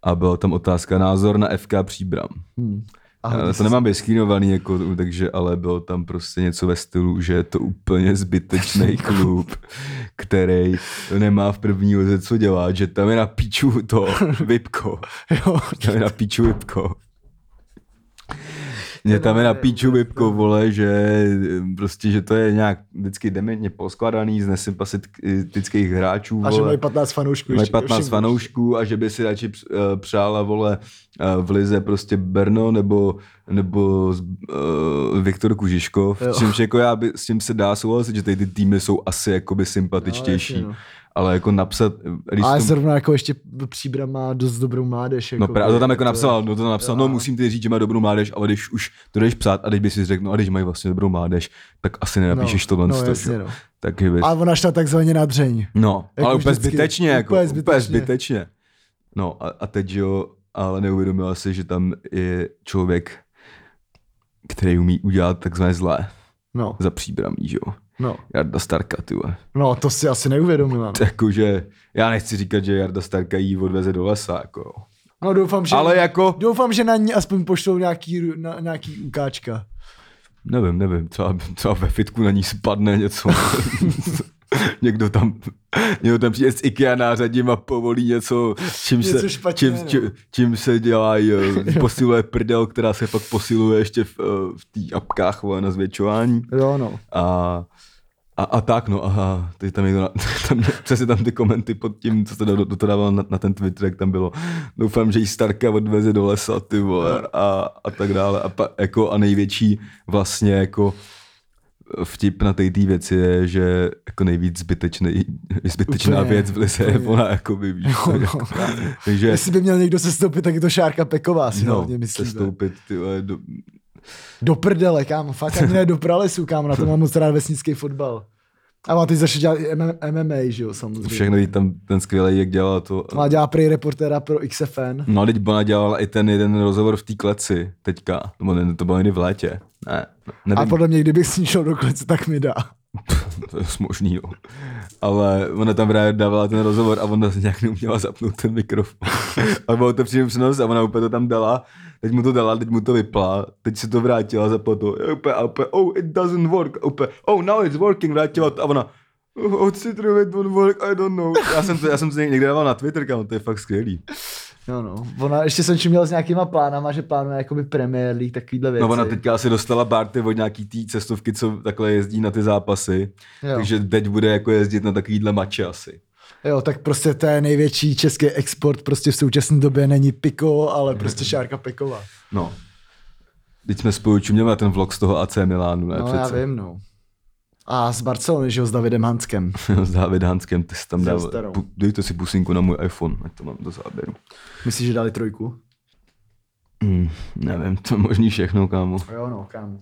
S1: a byla tam otázka názor na FK Příbram.
S2: Hmm. A
S1: Ale
S2: hodně
S1: to
S2: se-
S1: nemám vyskýnovaný, jako, takže, ale bylo tam prostě něco ve stylu, že je to úplně zbytečný klub, který nemá v první lize co dělat, že tam je na piču to Vipko.
S2: Jo,
S1: Tam je na píču vypko. Mě tam je na píču vypko, vole, že eh, prostě, že to je nějak vždycky dementně poskladaný z nesympatických eh, hráčů,
S2: a že
S1: vole.
S2: mají 15 fanoušků.
S1: Mají
S2: ještě,
S1: 15
S2: ještě-
S1: fanoušků a že by si radši ps- eh, přála, vole, eh, v Lize prostě Brno nebo, nebo z- eh, Viktor Kužiškov,
S2: Jo.
S1: čímž jako já by, s tím se dá souhlasit, že tady ty týmy jsou asi jakoby sympatičtější,
S2: No, jasně, no.
S1: ale jako napsat, eh, když
S2: Ale
S1: to-
S2: zrovna jako ještě Příbram má dost dobrou mládež. Jako
S1: No právě, to tam jako
S2: je-
S1: napsal, no to tam napsal, no musím ti říct, že má dobrou mládež, ale když už to jdeš psát a teď by si řekl, no a když mají vlastně dobrou mládež, tak asi nenapíšeš
S2: no,
S1: tohle.
S2: no,
S1: to, že
S2: jasně,
S1: jo.
S2: no.
S1: Takže bys...
S2: A ona šla takzvaně na dřeň.
S1: No,
S2: jako
S1: ale úplně
S2: vždycky,
S1: zbytečně, jako,
S2: úplně
S1: úplně
S2: zbytečně.
S1: zbytečně. No a, a teď jo, ale neuvědomila si, že tam je člověk, který umí udělat takzvané zlé
S2: No,
S1: za příbramí, že jo.
S2: no,
S1: Jarda Starka, ty vole.
S2: no, to si asi neuvědomila. no.
S1: Jakože, já nechci říkat, že Jarda Starka jí odveze do lesa, jako jo.
S2: No doufám, že,
S1: Ale jako,
S2: doufám, že na ní aspoň pošlou nějaký, ru- na, nějaký ukáčka.
S1: Nevím, nevím, třeba, třeba ve fitku na ní spadne něco. někdo tam, někdo tam přijde z IKEA nářadím a povolí něco, čím
S2: Něco
S1: se,
S2: špatně,
S1: čím,
S2: no.
S1: čím, čím se dělá, posiluje prdel, která se pak posiluje ještě v, eh, v té apkách vole, na zvětšování.
S2: Jo, no.
S1: A, a, a tak, no, aha, teď tam někdo, na, tam, přesně tam ty komenty pod tím, co to, dal- to, to dával na, na ten Twitter, jak tam bylo, doufám, že jí Starka odveze do lesa, ty vole,
S2: No.
S1: a, a tak dále. A, pa, jako, a největší vlastně jako vtip na té tý věci je, že jako nejvíc zbytečný, zbytečná
S2: Úplně,
S1: úplně, věc v lise je
S2: úplně.
S1: ona, jako by víš.
S2: Jo, no.
S1: Takže,
S2: Jestli by měl někdo sestoupit, tak je to Šárka Peková si
S1: no,
S2: hlavně myslím.
S1: sestoupit, ty vole, do,
S2: Do prdele, kámo, fakt ani ne do pralesu, kámo, na to mám moc rád vesnický fotbal. A má ty začal dělat i MM- MMA, že jo, samozřejmě.
S1: Všechno jí tam ten skvělý, jak dělá to.
S2: Má dělá prej reportéra pro XFN.
S1: No a teď Bona dělala i ten jeden rozhovor v té kleci teďka. Nebo ne, to bylo někdy v létě. Ne, nevím.
S2: A podle mě, kdybych s ní šel do klece, tak mi dá.
S1: To je možný, jo. Ale ona tam právě dávala ten rozhovor a ona nějak neuměla zapnout ten mikrofon. a bylo to příjem přenos a ona úplně to tam dala. Teď mu to dala, teď mu to vypla, teď se to vrátila, zapla to. A úplně, a úplně, oh, it doesn't work. A úplně, oh, now it's working, vrátila to. A ona, oh, it's it really don't work, I don't know. Já jsem to, já jsem to někde dával na Twitter, kam to je fakt skvělý.
S2: No, no. Ona, ještě jsem čím měl s nějakýma plánama, že plánuje jakoby Premier League, takovýhle věci.
S1: No ona teďka asi dostala Barty od nějaký té cestovky, co takhle jezdí na ty zápasy.
S2: Jo.
S1: Jo. Takže teď bude jako jezdit na takovýhle mače asi.
S2: Jo, tak prostě to je největší český export, prostě v současné době není Piko, ale prostě Šárka Peková.
S1: No. Teď jsme spolu čuměli ten vlog z toho AC Milánu, ne?
S2: No já
S1: Přece.
S2: vím, no. A z Barcelony, že jo, s Davidem Hanskem.
S1: s David Hanskem, ty jsi tam
S2: S jeho
S1: dal.
S2: starou.
S1: pu- Dejte si pusinku na můj iPhone, ať to mám do záběru.
S2: Myslíš, že dali trojku?
S1: Mm, nevím, to je možný všechno, kámo.
S2: Jo, no, kámo.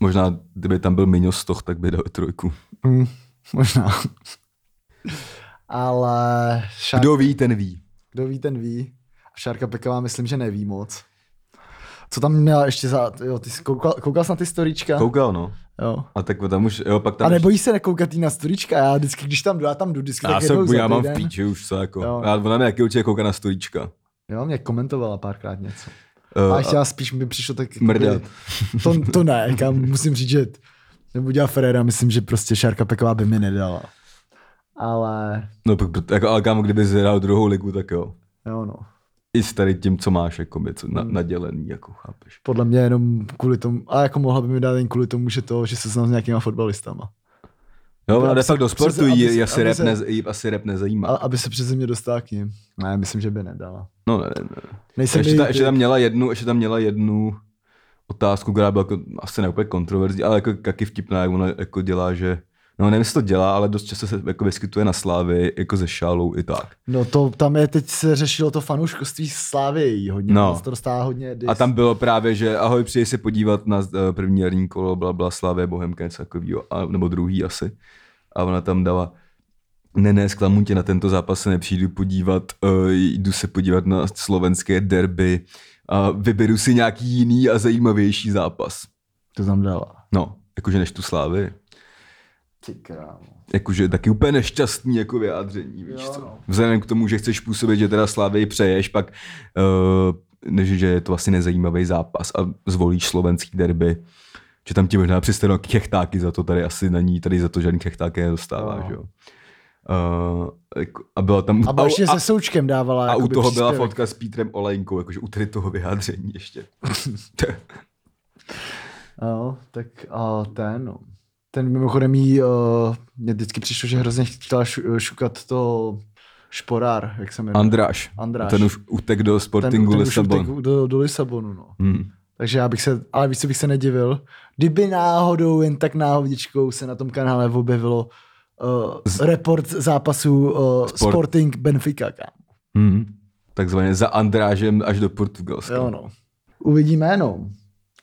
S1: Možná, kdyby tam byl Miňo Stoch, tak by dal trojku.
S2: Mm, možná. ale Šárka,
S1: Kdo
S2: kdo?
S1: ví, ten ví.
S2: kdo ví, ten ví. A Šárka Peková myslím, že neví moc. Co tam měla ještě za... Jo, ty jsi koukal, koukal jsi na ty storička?
S1: Koukal, no.
S2: jo.
S1: A tak tam už, jo, pak tam...
S2: A nebojí se nekoukat jí na storička, já vždycky, když tam jdu, já tam jdu vždycky
S1: já,
S2: tak
S1: se,
S2: jednou za
S1: já mám v
S2: týden.
S1: píči už, co jako.
S2: Jo.
S1: Já, ona mě jaký určitě kouká na stolíčka.
S2: Jo, mě komentovala párkrát něco.
S1: Eh,
S2: A ještě já spíš mi přišlo tak... jakoby-
S1: Mrdat.
S2: To, to ne, kam musím říct, že nebo dělá Ferrera, myslím, že prostě Šárka Peková by mi nedala. Ale
S1: No, pak, proto- jako, ale kámo, kdyby zhrál druhou ligu, tak jo.
S2: jo no,
S1: I s tady tím, co máš, jako by, co na,
S2: Hmm.
S1: nadělený, jako chápeš.
S2: podle mě jenom kvůli tomu, a jako mohla by mi dát jen kvůli tomu, že to, že se znám s nějakýma fotbalistama.
S1: Jo,
S2: Aby
S1: ona jde
S2: se-
S1: fakt do
S2: aby
S1: sportu,
S2: se-
S1: jí,
S2: aby se-
S1: jí, asi
S2: aby
S1: rap
S2: se-
S1: nez, jí asi rap nezajímá.
S2: A aby se přeze mě dostala k ním. Ne, myslím, že by nedala.
S1: No, ne, ne, ne.
S2: Nejsem
S1: ještě,
S2: její
S1: ta, ještě,
S2: typ.
S1: tam měla jednu, ještě tam měla jednu otázku, která byla jako, asi ne úplně kontroverzní, ale jako taky vtipná, jak ona jako dělá, že No, nevím, jestli to dělá, ale dost často se jako vyskytuje na slávy, jako ze šálou i tak.
S2: No to tam je, teď se řešilo to fanouškovství Slávy hodně,
S1: No.
S2: no. to dostává hodně dis.
S1: A tam bylo právě, že ahoj, přijde se podívat na eh, první jarní kolo, bla, bla, Slávě, Bohemka, něco takového, a- nebo druhý asi. A ona tam dala, ne, ne, zklamu tě, na tento zápas se nepřijdu podívat, eh, jdu se podívat na slovenské derby a vyberu si nějaký jiný a zajímavější zápas.
S2: To tam dala.
S1: No, jakože než tu Slávy.
S2: Ty krámo.
S1: Jakože taky úplně nešťastný jako vyjádření, víš
S2: Jo,
S1: co.
S2: no.
S1: Vzhledem k tomu, že chceš působit, že teda Slávy přeješ, pak uh, že, že je to vlastně nezajímavý zápas a zvolíš slovenský derby, že tam ti možná přistanou kechtáky za to, tady asi na ní, tady za to žádný kechtáky nedostáváš,
S2: No.
S1: jo. Uh, a byla tam...
S2: A ještě
S1: a,
S2: se součkem dávala
S1: a u
S2: jakoby
S1: toho byla
S2: příspěvek.
S1: fotka s Pítrem Olejnkou, jakože u tady toho vyjádření ještě.
S2: Jo, No, tak a ten, no. Ten mimochodem jí, uh, mě vždycky přišlo, že hrozně chtěla šu, šukat to šporár, jak se jmenuje.
S1: Andráš.
S2: Andráš.
S1: Ten už utek do Sportingu
S2: ten už
S1: Lisabon.
S2: utekl do, do Lisabonu, no.
S1: Hmm.
S2: Takže já bych se, ale víš, co bych se nedivil, kdyby náhodou, jen tak náhodničkou se na tom kanále objevilo uh, Z... report zápasu uh,
S1: Sport-
S2: Sporting Benfica, kámo.
S1: Hmm. Takzvaně za Andrážem až do Portugalska.
S2: Jo, no. Uvidíme, no.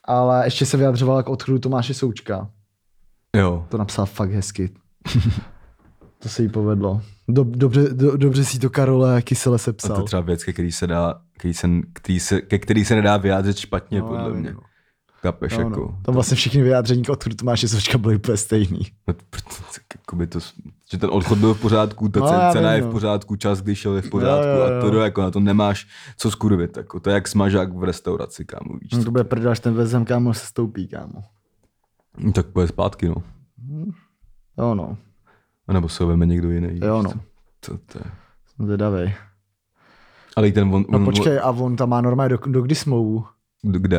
S2: Ale ještě se vyjadřovala k odchodu Tomáše Součka.
S1: jo.
S2: To napsal fakt hezky. to se jí povedlo. Dob, dobře, do, dobře si to Karole Kysele
S1: A
S2: sepsal.
S1: to je třeba věc, ke který se, dá, který se, který se, ke který se nedá vyjádřit špatně, no,
S2: já
S1: podle
S2: vím,
S1: mě.
S2: no.
S1: Kapeš,
S2: No,
S1: no, jako.
S2: no. Tam vlastně všechny vyjádření k odchodu Tomáše Součka byly úplně stejný.
S1: No, to- proto- tak Jakoby to, že ten odchod byl v pořádku, ta
S2: No,
S1: no,
S2: já
S1: cena
S2: vím,
S1: je
S2: no.
S1: v pořádku, čas, když šel je v pořádku
S2: jo,
S1: a to
S2: jo.
S1: jako na to nemáš co skurvit. Jako, to je jak smažák v restauraci, kámo, víš.
S2: No,
S1: co.
S2: to bude prdel, až ten vezem kámo se stoupí, kámo.
S1: No, tak pojď zpátky, no.
S2: Jo no,
S1: A nebo se ho veme někdo jiný. víš
S2: jo no,
S1: co. To, to je.
S2: jsem zvědavej.
S1: Ale i ten on,
S2: No
S1: on,
S2: počkej, a on tam má normálně do, do kdy smlouvu?
S1: kde?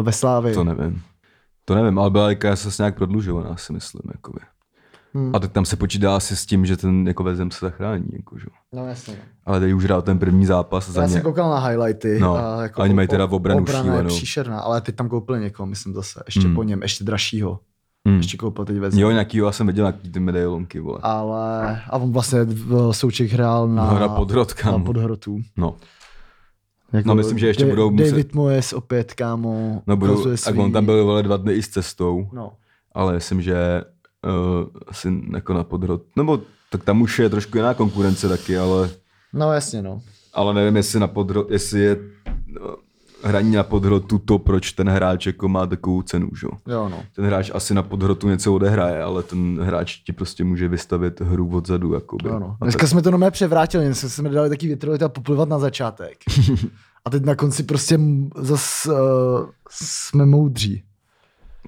S2: E, Ve Slávě.
S1: To nevím. To nevím, ale byla jaká se nějak prodlužovaná, si myslím. jako Jakoby.
S2: Hmm.
S1: Hmm. A tak tam se počítá asi s tím, že ten jako vezem se zachrání. Jako, že? jo.
S2: No jasně.
S1: Ale tady už hrál ten první zápas za
S2: Já jsem jako
S1: ně.
S2: koukal na highlighty.
S1: No,
S2: a jako
S1: a oni mají teda obranu
S2: obrana je
S1: šílenou.
S2: příšerná, ale teď tam koupili někoho, myslím zase. Ještě
S1: Hmm.
S2: po něm, ještě dražšího.
S1: Hmm.
S2: Ještě koupil teď vezem.
S1: Jo, nějaký, jo, já jsem viděl nějaký ty medailonky, vole. A
S2: ale a on vlastně v eh, Souček hrál na,
S1: Hra pod hrot,
S2: na
S1: kámo.
S2: podhrotu.
S1: No.
S2: Jako
S1: No, myslím, že ještě budou muset-
S2: David Moyes opět, kámo,
S1: No budou,
S2: ukazuje
S1: tak on tam byl vole dva dny i s cestou,
S2: No.
S1: ale myslím, že uh, asi jako na podrod, nebo tak tam už je trošku jiná konkurence taky, ale,
S2: no jasně, no.
S1: ale nevím, jestli, na podro, jestli je no, hraní na podhrotu to, proč ten hráč jako má takovou cenu, že? jo.
S2: Jo, no.
S1: Ten hráč asi na podhrotu něco odehraje, ale ten hráč ti prostě může vystavit hru odzadu. Jakoby.
S2: Jo, no.
S1: A
S2: Dneska jsme to normálně převrátili, dneska jsme dali taky větrolita poplivat na začátek. A teď na konci prostě zase uh, jsme moudří.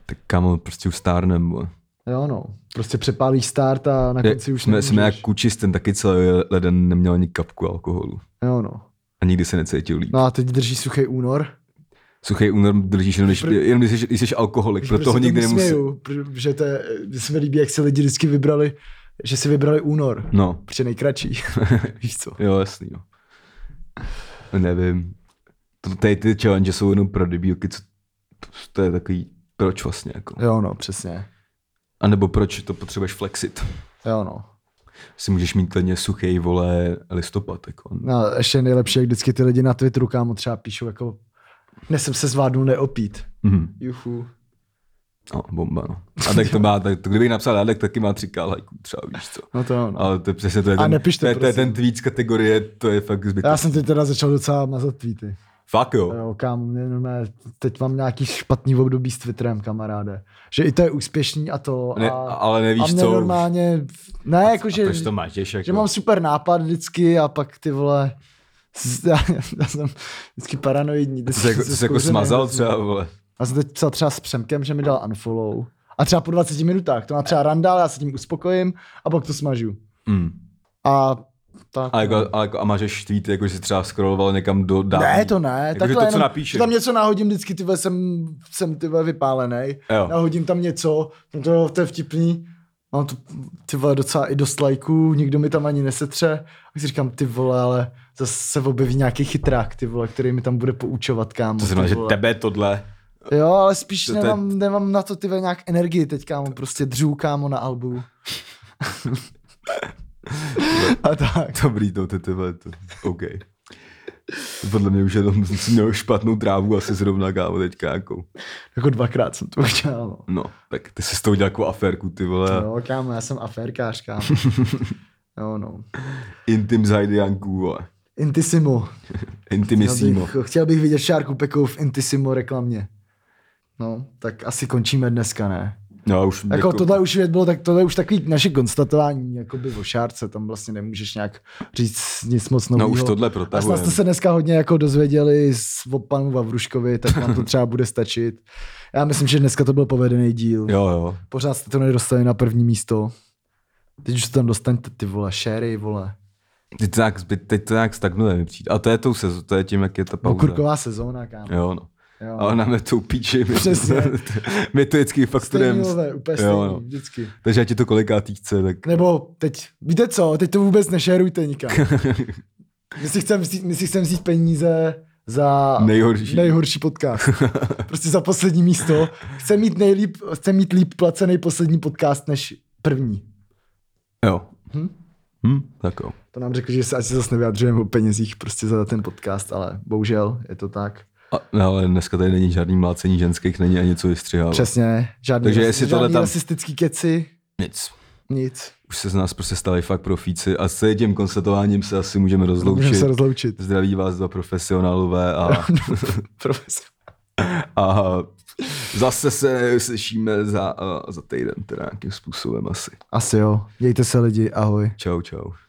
S1: Tak kámo, prostě už stárnem. Bo.
S2: Jo, no. Prostě přepálíš start a na konci už
S1: jsme,
S2: nemůžeš.
S1: jsme jak kučis, ten taky celý leden neměl ani kapku alkoholu.
S2: Jo, no.
S1: A nikdy se necítil líp.
S2: No a teď drží suchý únor.
S1: Suchý únor držíš jenom, když,
S2: Pr-
S1: jenom když, jsi, když jsi alkoholik,
S2: Prostě
S1: pro toho nikdy nemusí.
S2: Směju, protože to je, mně se mi líbí, jak se lidi vždycky vybrali, že si vybrali únor.
S1: No,
S2: Protože nejkratší. Víš co?
S1: jo, jasný. Jo. Nevím. To, tady ty challenge jsou jenom pro debilky, co, to je takový, proč vlastně jako.
S2: Jo, no, přesně.
S1: A nebo proč to potřebuješ flexit.
S2: Jo, no.
S1: Si můžeš mít klidně suchý, vole, listopad. Jako.
S2: No, a ještě nejlepší, jak vždycky ty lidi na Twitteru, kámo, třeba píšou jako dnes jsem se zvládnul neopít.
S1: Mhm.
S2: Juchu.
S1: No, bomba, no. A tak to má, tak, to, kdybych napsal Radek, taky má 3k lajků, třeba víš co.
S2: No to jo, no.
S1: Ale to je přesně to je
S2: A
S1: ten,
S2: nepište,
S1: to je, to je ten
S2: prosím.
S1: tweet z kategorie, to je fakt zbytečný.
S2: Já jsem teď teda začal docela mazat tweety.
S1: Fakt jo.
S2: Jo, kámo, mě normálně, teď mám nějaký špatný období s Twitterem, kamaráde. Že i to je úspěšný a to. A,
S1: Ne, ale
S2: a
S1: nevíš
S2: mě
S1: co.
S2: normálně, ne,
S1: a
S2: jakože,
S1: proč to máš, ješ, jako,
S2: že mám super nápad vždycky a pak ty vole, s- já, já jsem vždycky paranoidní.
S1: Ty jsi jako, ty jsi jako
S2: zkoušel
S1: smazal
S2: nejhrozně.
S1: třeba, vole.
S2: Já jsem teď psal třeba s Přemkem, že mi dal unfollow. A třeba po 20 minutách, to má třeba randál, já se tím uspokojím a pak to smažu.
S1: Mm.
S2: A tak.
S1: A, jako, a, jako, a máš ještě tweety, jako že jsi třeba scrolloval někam do dálky.
S2: Ne, to ne.
S1: Jako,
S2: takhle
S1: že to, co
S2: jenom,
S1: napíšeš.
S2: že Tam něco nahodím vždycky, ty vole, jsem, jsem ty vole, vypálenej.
S1: Jo.
S2: Nahodím tam něco, no to, to je vtipný. Mám to ty vole docela i dost lajků, nikdo mi tam ani nesetře. A si říkám, ty vole, ale zase se objeví nějaký chytrák, ty vole, který mi tam bude poučovat, kámo.
S1: To
S2: ty
S1: znamená, že
S2: vole.
S1: tebe tohle.
S2: Jo, ale spíš
S1: To-
S2: to,
S1: to je-
S2: nemám, nemám, na to ty vole, nějak energii teď, kámo, prostě dřů, kámo, na albu. A tak.
S1: Dobrý no, to, ty tyhle, to, OK. Podle mě už jenom jsem měl špatnou trávu asi zrovna, kámo, teďka jako.
S2: Jako dvakrát jsem to udělal. no.
S1: No, tak ty jsi s tou udělal jako aférku, ty vole.
S2: Jo, kámo, já jsem aférkář, kámo. Jo, no.
S1: Intim zajdianků, vole.
S2: Intisimo. Chtěl
S1: Intimissimo.
S2: bych, chtěl bych vidět Šárku Pekou v Intisimo reklamě. No, tak asi končíme dneska, ne?
S1: No, už
S2: Jako tohle už je- bylo tak, tohle už takový naše konstatování, jako by o Šárce, tam vlastně nemůžeš nějak říct nic moc nového.
S1: No už tohle
S2: A snad
S1: protahujeme.
S2: jste se dneska hodně jako dozvěděli s- o panu Vavruškovi, tak vám to třeba bude stačit. Já myslím, že dneska to byl povedený díl.
S1: Jo, jo.
S2: Pořád jste to nedostali na první místo. Teď už to tam dostaňte, ty vole, šéry, vole.
S1: Teď to nějak, zbyt- teď to nějak stagnuje mi přijde. A to je tou sezó, to je tím, jak
S2: No,
S1: je ta pauza.
S2: Okurková sezóna, kámo.
S1: Jo, no.
S2: Jo.
S1: Ale nám je to upíči. My,
S2: Přesně.
S1: my to vždycky fakt
S2: Stejný
S1: studujeme.
S2: lové, úplně
S1: Jo,
S2: stejný,
S1: no.
S2: vždycky.
S1: Takže ať je to kolikátý chce, tak
S2: Nebo teď, víte co, teď to vůbec nešerujte nikam. My si chceme vzít, my si chcem vzít peníze za
S1: Nejhorší.
S2: nejhorší podcast. Prostě za poslední místo. Chcem mít, nejlíp, chcem mít líp placený poslední podcast než první.
S1: jo. Hm? Tak jo.
S2: To nám řekli, že se asi zase nevyjadřujeme o penězích prostě za ten podcast, ale bohužel je to tak.
S1: A, no, ale dneska tady není žádný mlácení ženských, není ani co vystřihávat.
S2: Přesně, žádný,
S1: No. Takže
S2: ras-
S1: jestli tohle
S2: žádný
S1: tam-
S2: rasistický keci,
S1: Nic.
S2: nic.
S1: Už se z nás prostě stali fakt profíci a s tím konstatováním se asi můžeme
S2: Můžeme
S1: rozloučit.
S2: se rozloučit.
S1: Zdraví vás dva profesionálové a,
S2: Profesor.
S1: a zase se slyšíme za, za týden teda nějakým způsobem asi.
S2: Asi jo, mějte se lidi, ahoj.
S1: Čau, čau.